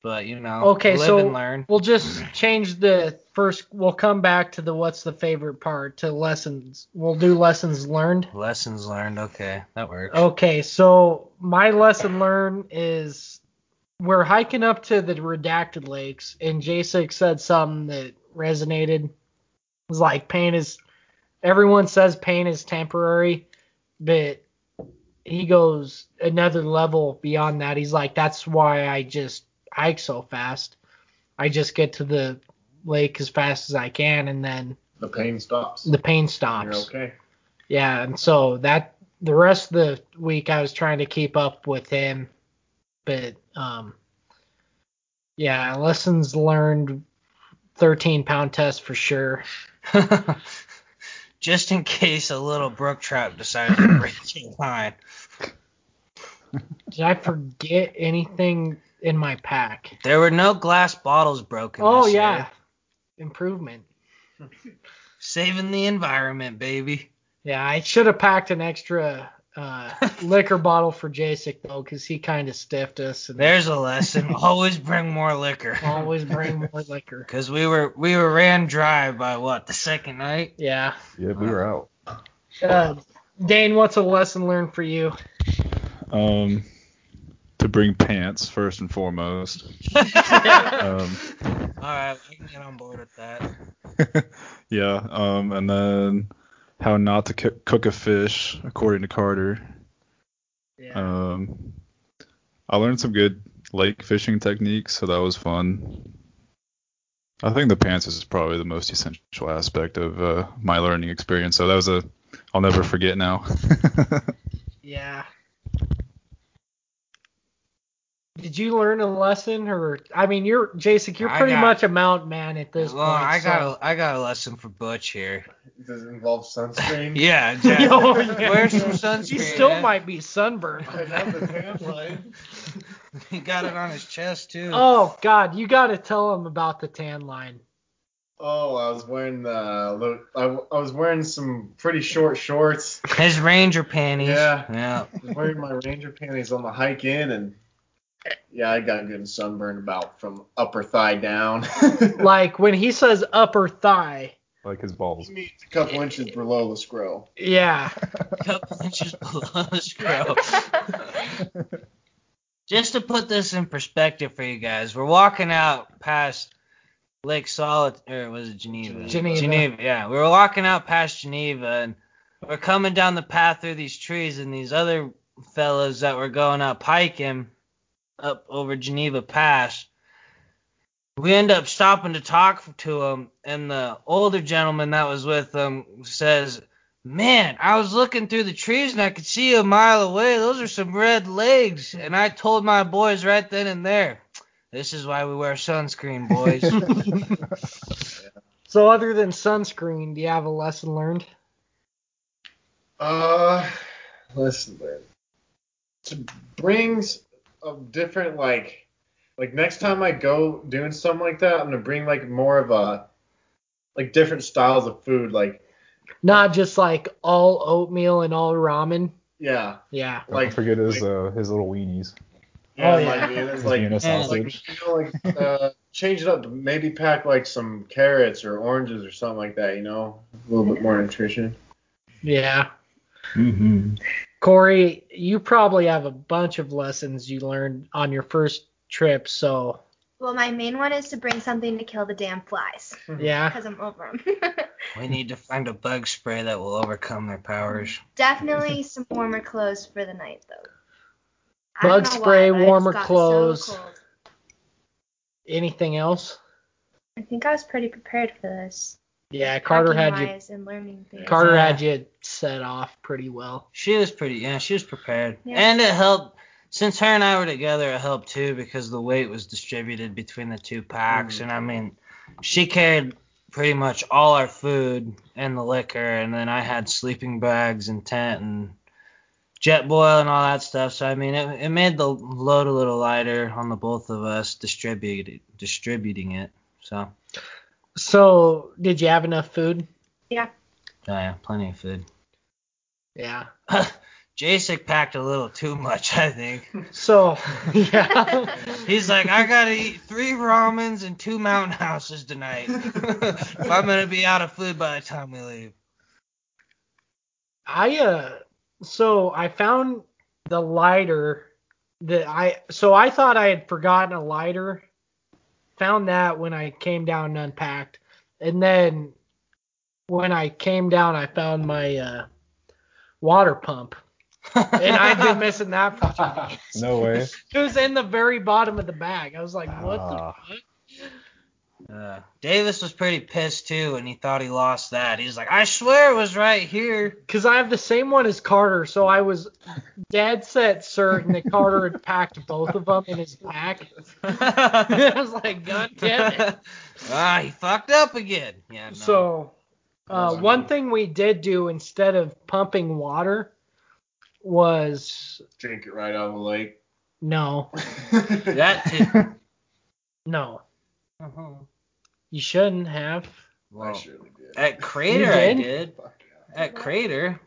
Speaker 3: But you know,
Speaker 1: Okay,
Speaker 3: live
Speaker 1: so-
Speaker 3: and learn.
Speaker 1: We'll just change the first. We'll come back to the what's the favorite part to lessons. We'll do lessons learned.
Speaker 3: Lessons learned. Okay, that works.
Speaker 1: Okay, so my lesson learned is we're hiking up to the redacted lakes, and Jasek said something that resonated. It was like pain is everyone says pain is temporary, but he goes another level beyond that. He's like, that's why I just hike so fast. I just get to the lake as fast as I can, and then
Speaker 2: The pain stops.
Speaker 1: the pain stops.
Speaker 2: You're okay.
Speaker 1: Yeah, and so that the rest of the week I was trying to keep up with him, but um, yeah, lessons learned. Thirteen pound test for sure.
Speaker 3: just in case a little brook trout decides to break your line.
Speaker 1: Did I forget anything in my pack?
Speaker 3: There were no glass bottles broken.
Speaker 1: Oh
Speaker 3: this
Speaker 1: yeah,
Speaker 3: year.
Speaker 1: improvement.
Speaker 3: saving the environment, baby.
Speaker 1: Yeah, I should have packed an extra uh, liquor bottle for Jasek though, because he kind of stiffed us and
Speaker 3: There's a lesson. Always bring more liquor.
Speaker 1: always bring more liquor.
Speaker 3: Cause we were we were ran dry by what the second night.
Speaker 1: Yeah.
Speaker 5: Yeah, we were out.
Speaker 1: Uh, Dane, what's a lesson learned for you?
Speaker 5: Um, to bring pants first and foremost. Um,
Speaker 3: All right, we can get on board with that.
Speaker 5: yeah. Um, and then how not to c- cook a fish, according to Carter.
Speaker 1: Yeah.
Speaker 5: Um, I learned some good lake fishing techniques, so that was fun. I think the pants is probably the most essential aspect of uh, my learning experience. So that was a I'll never forget now.
Speaker 1: Yeah. Did you learn a lesson, or I mean, you're Jason, you're
Speaker 3: I
Speaker 1: pretty
Speaker 3: got-
Speaker 1: much a mountain man at this
Speaker 3: Well,
Speaker 1: point.
Speaker 3: I
Speaker 1: so-
Speaker 3: got a, I got a lesson for Butch here.
Speaker 2: Does it involve sunscreen?
Speaker 3: Yeah, exactly.
Speaker 1: Oh, yeah.
Speaker 3: Wear some sunscreen.
Speaker 1: He still
Speaker 3: yeah.
Speaker 1: might be sunburned.
Speaker 2: I have the tan line.
Speaker 3: He got it on his chest too.
Speaker 1: Oh God, you got to tell him about the tan line.
Speaker 2: Oh, I was wearing the. lo- I, w- I was wearing some pretty short shorts.
Speaker 3: His ranger panties.
Speaker 2: Yeah.
Speaker 3: Yeah.
Speaker 2: I was wearing my ranger panties on the hike in, and yeah, I got good sunburn about from upper thigh down.
Speaker 1: Like when he says upper thigh.
Speaker 5: like his balls.
Speaker 2: It means a couple inches below the scroll.
Speaker 1: Yeah.
Speaker 3: couple inches below the scroll. Just to put this in perspective for you guys, we're walking out past Lake Solid, or was it Geneva?
Speaker 1: Geneva.
Speaker 3: Geneva, yeah. We were walking out past Geneva, and we're coming down the path through these trees, and these other fellows that were going up hiking up over Geneva Pass. We end up stopping to talk to him, and the older gentleman that was with him says, Man, I was looking through the trees and I could see a mile away. Those are some red legs. And I told my boys right then and there, This is why we wear sunscreen, boys.
Speaker 1: So other than sunscreen, do you have a lesson learned?
Speaker 2: Uh, listen, man. It brings a different like, like next time I go doing something like that, I'm gonna bring like more of a, like different styles of food. Like,
Speaker 1: Not just like all oatmeal and all ramen.
Speaker 2: yeah,
Speaker 1: Yeah.
Speaker 5: Don't
Speaker 2: like
Speaker 5: forget his uh, his little weenies.
Speaker 2: yeah,
Speaker 1: Oh, yeah.
Speaker 2: like, man, it's
Speaker 5: His
Speaker 2: like,
Speaker 5: Vienna
Speaker 3: yeah,
Speaker 5: sausage.
Speaker 2: like, you know, like uh, change it up. Maybe pack like some carrots or oranges or something like that. You know, a little bit more nutrition.
Speaker 1: Yeah.
Speaker 5: mm-hmm.
Speaker 1: Corey, you probably have a bunch of lessons you learned on your first trip, so
Speaker 4: Well, my main one is to bring something to kill the damn flies
Speaker 1: yeah.
Speaker 4: because I'm over 'em.
Speaker 3: we need to find a bug spray that will overcome their powers.
Speaker 4: Definitely some warmer clothes for the night, though. I
Speaker 1: Bug
Speaker 4: don't know
Speaker 1: spray,
Speaker 4: but I just
Speaker 1: warmer
Speaker 4: got so
Speaker 1: clothes.
Speaker 4: cold.
Speaker 1: Anything else?
Speaker 4: I think I was pretty prepared for this.
Speaker 1: Yeah, Carter had you
Speaker 4: Packing-wise And learning things.
Speaker 1: Carter
Speaker 3: Yeah.
Speaker 1: had you set off pretty well.
Speaker 3: She was pretty, yeah, she was prepared.
Speaker 4: Yeah.
Speaker 3: And it helped, since her and I were together, it helped too because the weight was distributed between the two packs.
Speaker 2: Mhm.
Speaker 3: And I mean, she carried pretty much all our food and the liquor. And then I had sleeping bags and tent and jet boil and all that stuff. So, I mean, it, it made the load a little lighter on the both of us distributed, distributing it. So,
Speaker 1: So, did you have enough food?
Speaker 3: yeah, plenty of food.
Speaker 1: Yeah.
Speaker 3: Jacek packed a little too much, I think.
Speaker 1: So, yeah.
Speaker 3: He's like, I gotta eat three ramens and two mountain houses tonight. if I'm gonna be out of food by the time we leave.
Speaker 1: I uh so I found the lighter that I so I thought I had forgotten a lighter. Found that when I came down and unpacked. And then when I came down I found my uh water pump. And I've been missing that for
Speaker 5: No way.
Speaker 1: it was in the very bottom of the bag. I was like, what
Speaker 5: Ah.
Speaker 1: the fuck?
Speaker 3: Uh, Davis was pretty pissed too, and he thought he lost that. He's like, I swear it was right here.
Speaker 1: Because I have the same one as Carter, so I was dead set certain that Carter had packed both of them in his pack. I was like, God damn it.
Speaker 3: ah, he fucked up again. Yeah. No.
Speaker 1: So, uh,
Speaker 2: Those are
Speaker 1: one
Speaker 2: neat.
Speaker 1: thing we did do instead of pumping water was
Speaker 2: Drink it right out of the lake.
Speaker 1: no,
Speaker 3: that too.
Speaker 1: no, Mm-hmm.
Speaker 3: Well,
Speaker 1: you shouldn't have.
Speaker 2: I surely did.
Speaker 3: at Crater,
Speaker 1: You
Speaker 3: I
Speaker 1: did?
Speaker 3: did.
Speaker 2: Fuck yeah.
Speaker 3: At Crater.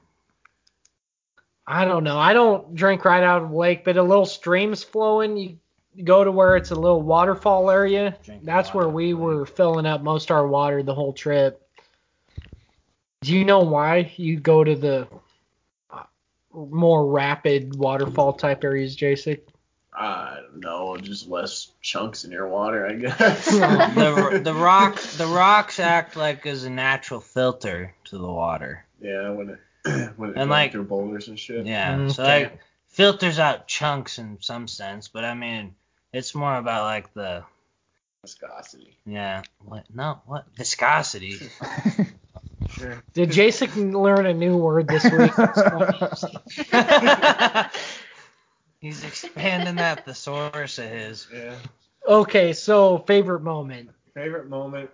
Speaker 1: I don't know. I don't drink right out of the lake, but a little stream's flowing. You go to where it's a little waterfall area.
Speaker 3: Drink
Speaker 1: That's
Speaker 3: water.
Speaker 1: where we were filling up most of our water the whole trip. Do you know why you go to the uh, more rapid waterfall type areas, Jason?
Speaker 2: I don't know, just less chunks in your water, I guess.
Speaker 3: the, the rock the rocks act like as a natural filter to the water.
Speaker 2: yeah, when it when it
Speaker 3: And,
Speaker 2: and
Speaker 3: like-
Speaker 2: through boulders and shit.
Speaker 3: Yeah. So
Speaker 1: Okay.
Speaker 3: like filters out chunks in some sense, but I mean it's more about like the
Speaker 2: Viscosity.
Speaker 3: yeah what no what viscosity.
Speaker 2: Sure.
Speaker 1: Did Jason learn a new word this week?
Speaker 3: He's expanding that thesaurus of his.
Speaker 2: Yeah.
Speaker 1: okay, so favorite moment.
Speaker 2: Favorite moment.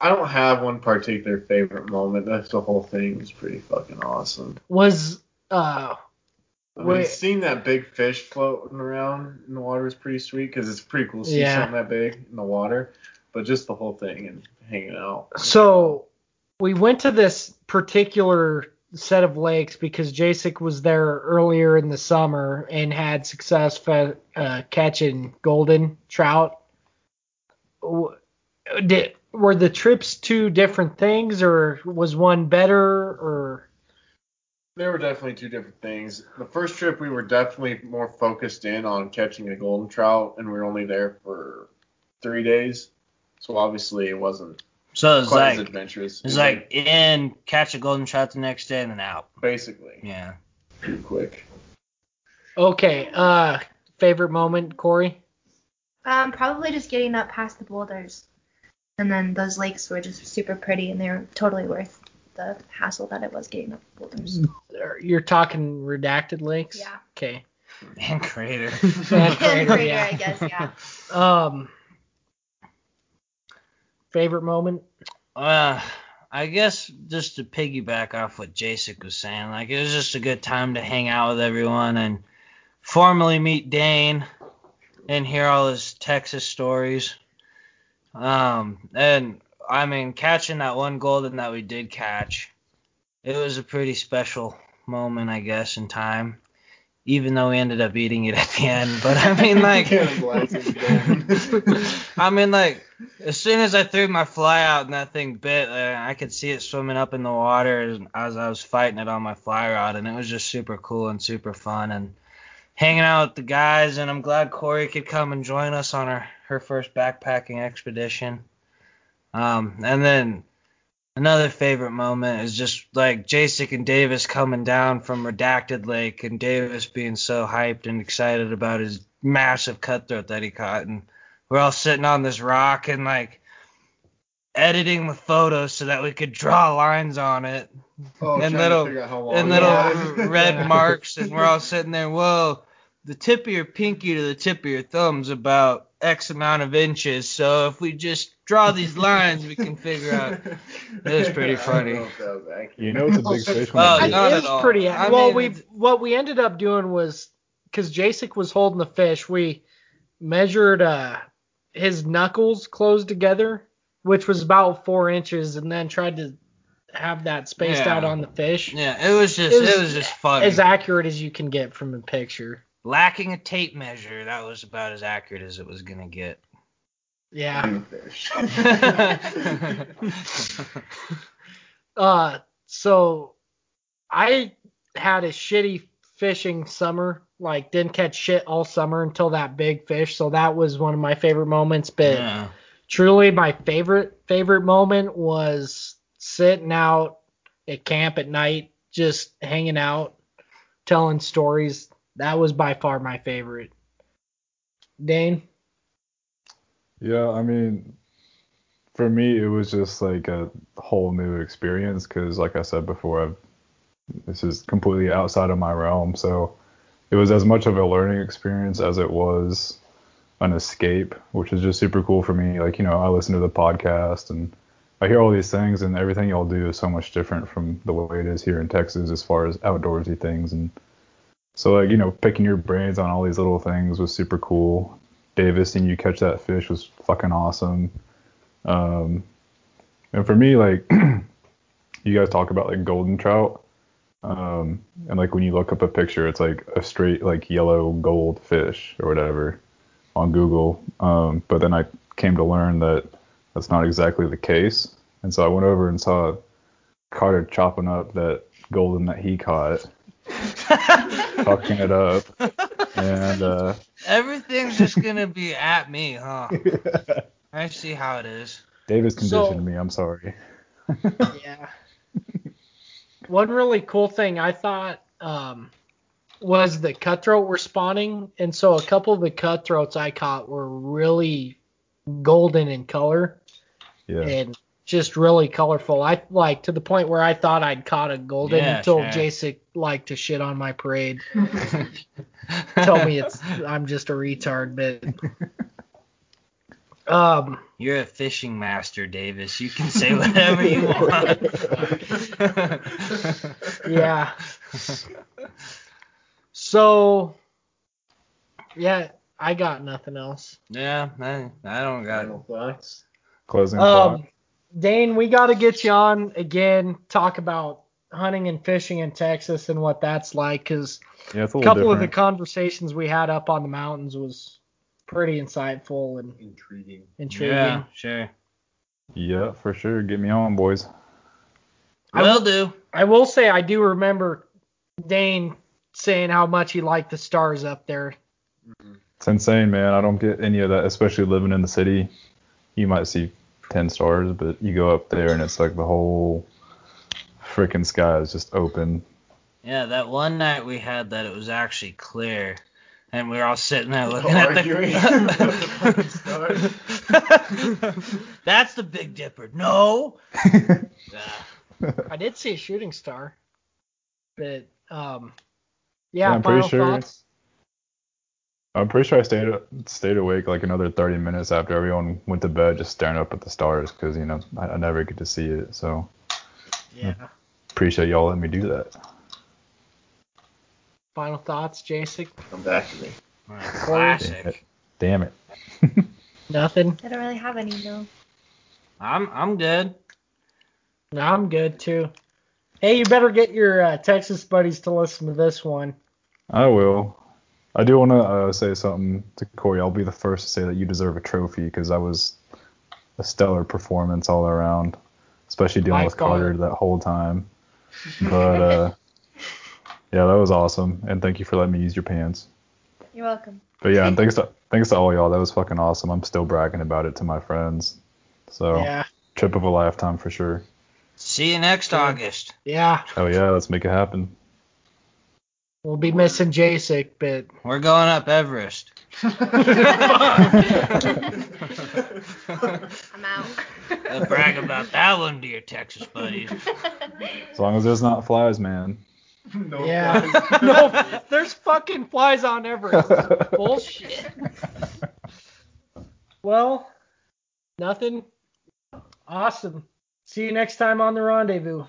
Speaker 2: I don't have one particular favorite moment. That's the whole thing is pretty fucking awesome.
Speaker 1: Was uh
Speaker 2: I mean,
Speaker 1: Wait.
Speaker 2: seeing that big fish floating around in the water is pretty sweet because it's pretty cool to see
Speaker 1: Yeah.
Speaker 2: something that big in the water. But just the whole thing and hanging out.
Speaker 1: so we went to this particular set of lakes because Jasek was there earlier in the summer and had success fe- uh, catching golden trout. W- Did, were the trips two different things, or was one better? Or
Speaker 2: There were definitely two different things. The first trip, we were definitely more focused in on catching a golden trout, and we were only there for three days. So obviously, it wasn't.
Speaker 3: So it's
Speaker 2: quite as
Speaker 3: like
Speaker 2: adventurous.
Speaker 3: it's like in, catch a golden shot the next day, and then out.
Speaker 2: basically
Speaker 3: Yeah.
Speaker 2: pretty quick.
Speaker 1: Okay. Uh, favorite moment, Corey.
Speaker 4: Um, probably just getting up past the boulders. And then those lakes were just super pretty and they were totally worth the hassle that it was getting up the boulders.
Speaker 1: You're talking redacted links.
Speaker 4: Yeah.
Speaker 1: Okay.
Speaker 3: Man, creator.
Speaker 1: That's
Speaker 4: And
Speaker 1: greater,
Speaker 4: greater,
Speaker 1: yeah.
Speaker 4: I guess, yeah.
Speaker 1: Um. Favorite moment.
Speaker 3: Uh, I guess just to piggyback off what Jacek was saying, like it was just a good time to hang out with everyone and formally meet Dane and hear all his Texas stories. Um, and I mean, catching that one golden that we did catch, it was a pretty special moment, I guess, in time. Even though we ended up eating it at the end, but I mean, like, I mean, like, as soon as I threw my fly out and that thing bit, uh, I could see it swimming up in the water as, as I was fighting it on my fly rod, and it was just super cool and super fun and hanging out with the guys. And I'm glad Corey could come and join us on her her first backpacking expedition. Um, and then another favorite moment is just like Jacek and Davis coming down from Redacted Lake, and Davis being so hyped and excited about his massive cutthroat that he caught, and we're all sitting on this rock and like editing the photos so that we could draw lines on it
Speaker 2: Oh, trying
Speaker 3: And
Speaker 2: to
Speaker 3: little-
Speaker 2: figure out how long
Speaker 3: and
Speaker 2: it
Speaker 3: little
Speaker 2: was.
Speaker 3: red marks and we're all sitting there whoa the tip of your pinky to the tip of your thumb's about x amount of inches so if we just draw these lines we can figure out It was pretty
Speaker 2: I don't
Speaker 3: funny.
Speaker 2: know if that was accurate.
Speaker 5: You know it's a big fish when
Speaker 3: Oh,
Speaker 5: they do
Speaker 1: it
Speaker 3: not at
Speaker 1: is
Speaker 3: all.
Speaker 1: pretty.
Speaker 3: I
Speaker 1: well,
Speaker 3: mean,
Speaker 1: we
Speaker 3: it's-
Speaker 1: what we ended up doing was because Jacek was holding the fish, we measured uh, his knuckles close together, which was about four inches, and then tried to have that spaced
Speaker 3: Yeah.
Speaker 1: out on the fish
Speaker 3: yeah it was just
Speaker 1: It
Speaker 3: it
Speaker 1: was
Speaker 3: was, just funny
Speaker 1: as accurate as you can get from a picture.
Speaker 3: lacking a tape measure that was about as accurate as it was gonna get
Speaker 1: Yeah.
Speaker 2: I'm a fish.
Speaker 1: Uh, so I had a shitty fishing summer. Like didn't catch shit all summer until that big fish. So that was one of my favorite moments. But
Speaker 3: yeah.
Speaker 1: truly my favorite favorite moment was sitting out at camp at night just hanging out telling stories that was by far my favorite dane
Speaker 5: Yeah, I mean, for me, it was just like a whole new experience because, like I said before, I've, this is completely outside of my realm. So it was as much of a learning experience as it was an escape, which is just super cool for me. Like, you know, I listen to the podcast and I hear all these things, and everything y'all do is so much different from the way it is here in Texas as far as outdoorsy things. And so, like, you know, picking your brains on all these little things was super cool. Davis and you catch that fish was fucking awesome. Um, and for me, like you guys talk about like golden trout, um, and like when you look up a picture, it's like a straight like yellow gold fish or whatever on Google. Um, but then I came to learn that that's not exactly the case, and so I went over and saw Carter chopping up that golden that he caught, fucking it up, and. Uh,
Speaker 3: everything's just gonna be at me huh i see how it is
Speaker 5: Davis
Speaker 1: So-
Speaker 5: conditioned me. I'm sorry.
Speaker 1: yeah. One really cool thing I thought um, was the cutthroat were spawning, and so a couple of the cutthroats I caught were really golden in color
Speaker 5: Yeah.
Speaker 1: and just really colorful. I like to the point where I thought I'd caught a golden
Speaker 3: Yeah,
Speaker 1: until
Speaker 3: sure.
Speaker 1: Jacek liked to shit on my parade, tell me it's I'm just a retard, but um.
Speaker 3: You're a fishing master, Davis. You can say whatever you want.
Speaker 1: yeah. So, yeah, I got nothing else.
Speaker 3: yeah, I, I don't got
Speaker 2: Final thoughts.
Speaker 5: Closing thought.
Speaker 1: Um, Dane, we got to get you on again, talk about hunting and fishing in Texas and what that's like, because
Speaker 5: Yeah, it's a
Speaker 1: a
Speaker 5: little
Speaker 1: couple
Speaker 5: different.
Speaker 1: of the conversations we had up on the mountains was pretty insightful and
Speaker 2: Intriguing.
Speaker 1: intriguing.
Speaker 3: Yeah, sure.
Speaker 5: yeah, for sure. Get me on, boys.
Speaker 1: I
Speaker 3: Will do.
Speaker 1: I will say I do remember Dane saying how much he liked the stars up there.
Speaker 5: It's insane, man. I don't get any of that, especially living in the city. You might see ten stars, but you go up there and it's like the whole freaking sky is just open.
Speaker 3: Yeah, that one night we had that it was actually clear, and we were all sitting there looking at
Speaker 2: Arguing about the fucking stars.
Speaker 3: the. That's the Big Dipper. No. Yeah.
Speaker 1: I did see a shooting star, but um,
Speaker 5: Yeah,
Speaker 1: yeah.
Speaker 5: I'm pretty
Speaker 1: final
Speaker 5: sure-
Speaker 1: thoughts?
Speaker 5: I'm pretty sure I stayed stayed awake like another 30 minutes after everyone went to bed, just staring up at the stars because you know I, I never get to see it. So
Speaker 1: Yeah.
Speaker 5: appreciate y'all letting me do that.
Speaker 1: Final thoughts, Jason?
Speaker 2: Come back to me.
Speaker 3: Classic.
Speaker 5: Damn it.
Speaker 1: Nothing.
Speaker 4: I don't really have any, no.
Speaker 3: I'm I'm good.
Speaker 1: No, I'm good too. Hey, you better get your uh, Texas buddies to listen to this one.
Speaker 5: I will. I do want to uh, say something to Corey. I'll be the first to say that you deserve a trophy because that was a stellar performance all around, especially dealing
Speaker 1: By
Speaker 5: with
Speaker 1: far.
Speaker 5: Carter that whole time. But uh, yeah, that was awesome, and thank you for letting me use your pants.
Speaker 4: You're welcome.
Speaker 5: But yeah, and thanks to thanks to all y'all. That was fucking awesome. I'm still bragging about it to my friends. So
Speaker 1: Yeah.
Speaker 5: trip of a lifetime for sure.
Speaker 3: See you next
Speaker 1: Yeah.
Speaker 3: August.
Speaker 1: Yeah.
Speaker 5: Oh yeah, let's make it happen.
Speaker 1: We'll be missing Jacek, but
Speaker 3: We're going up Everest.
Speaker 4: I'm out.
Speaker 3: Uh, brag about that one to your Texas buddies.
Speaker 5: As long as there's not flies, man.
Speaker 2: No
Speaker 1: yeah.
Speaker 2: flies.
Speaker 1: no, there's fucking flies on Everest. Bullshit. Well, nothing. Awesome. See you next time on the rendezvous.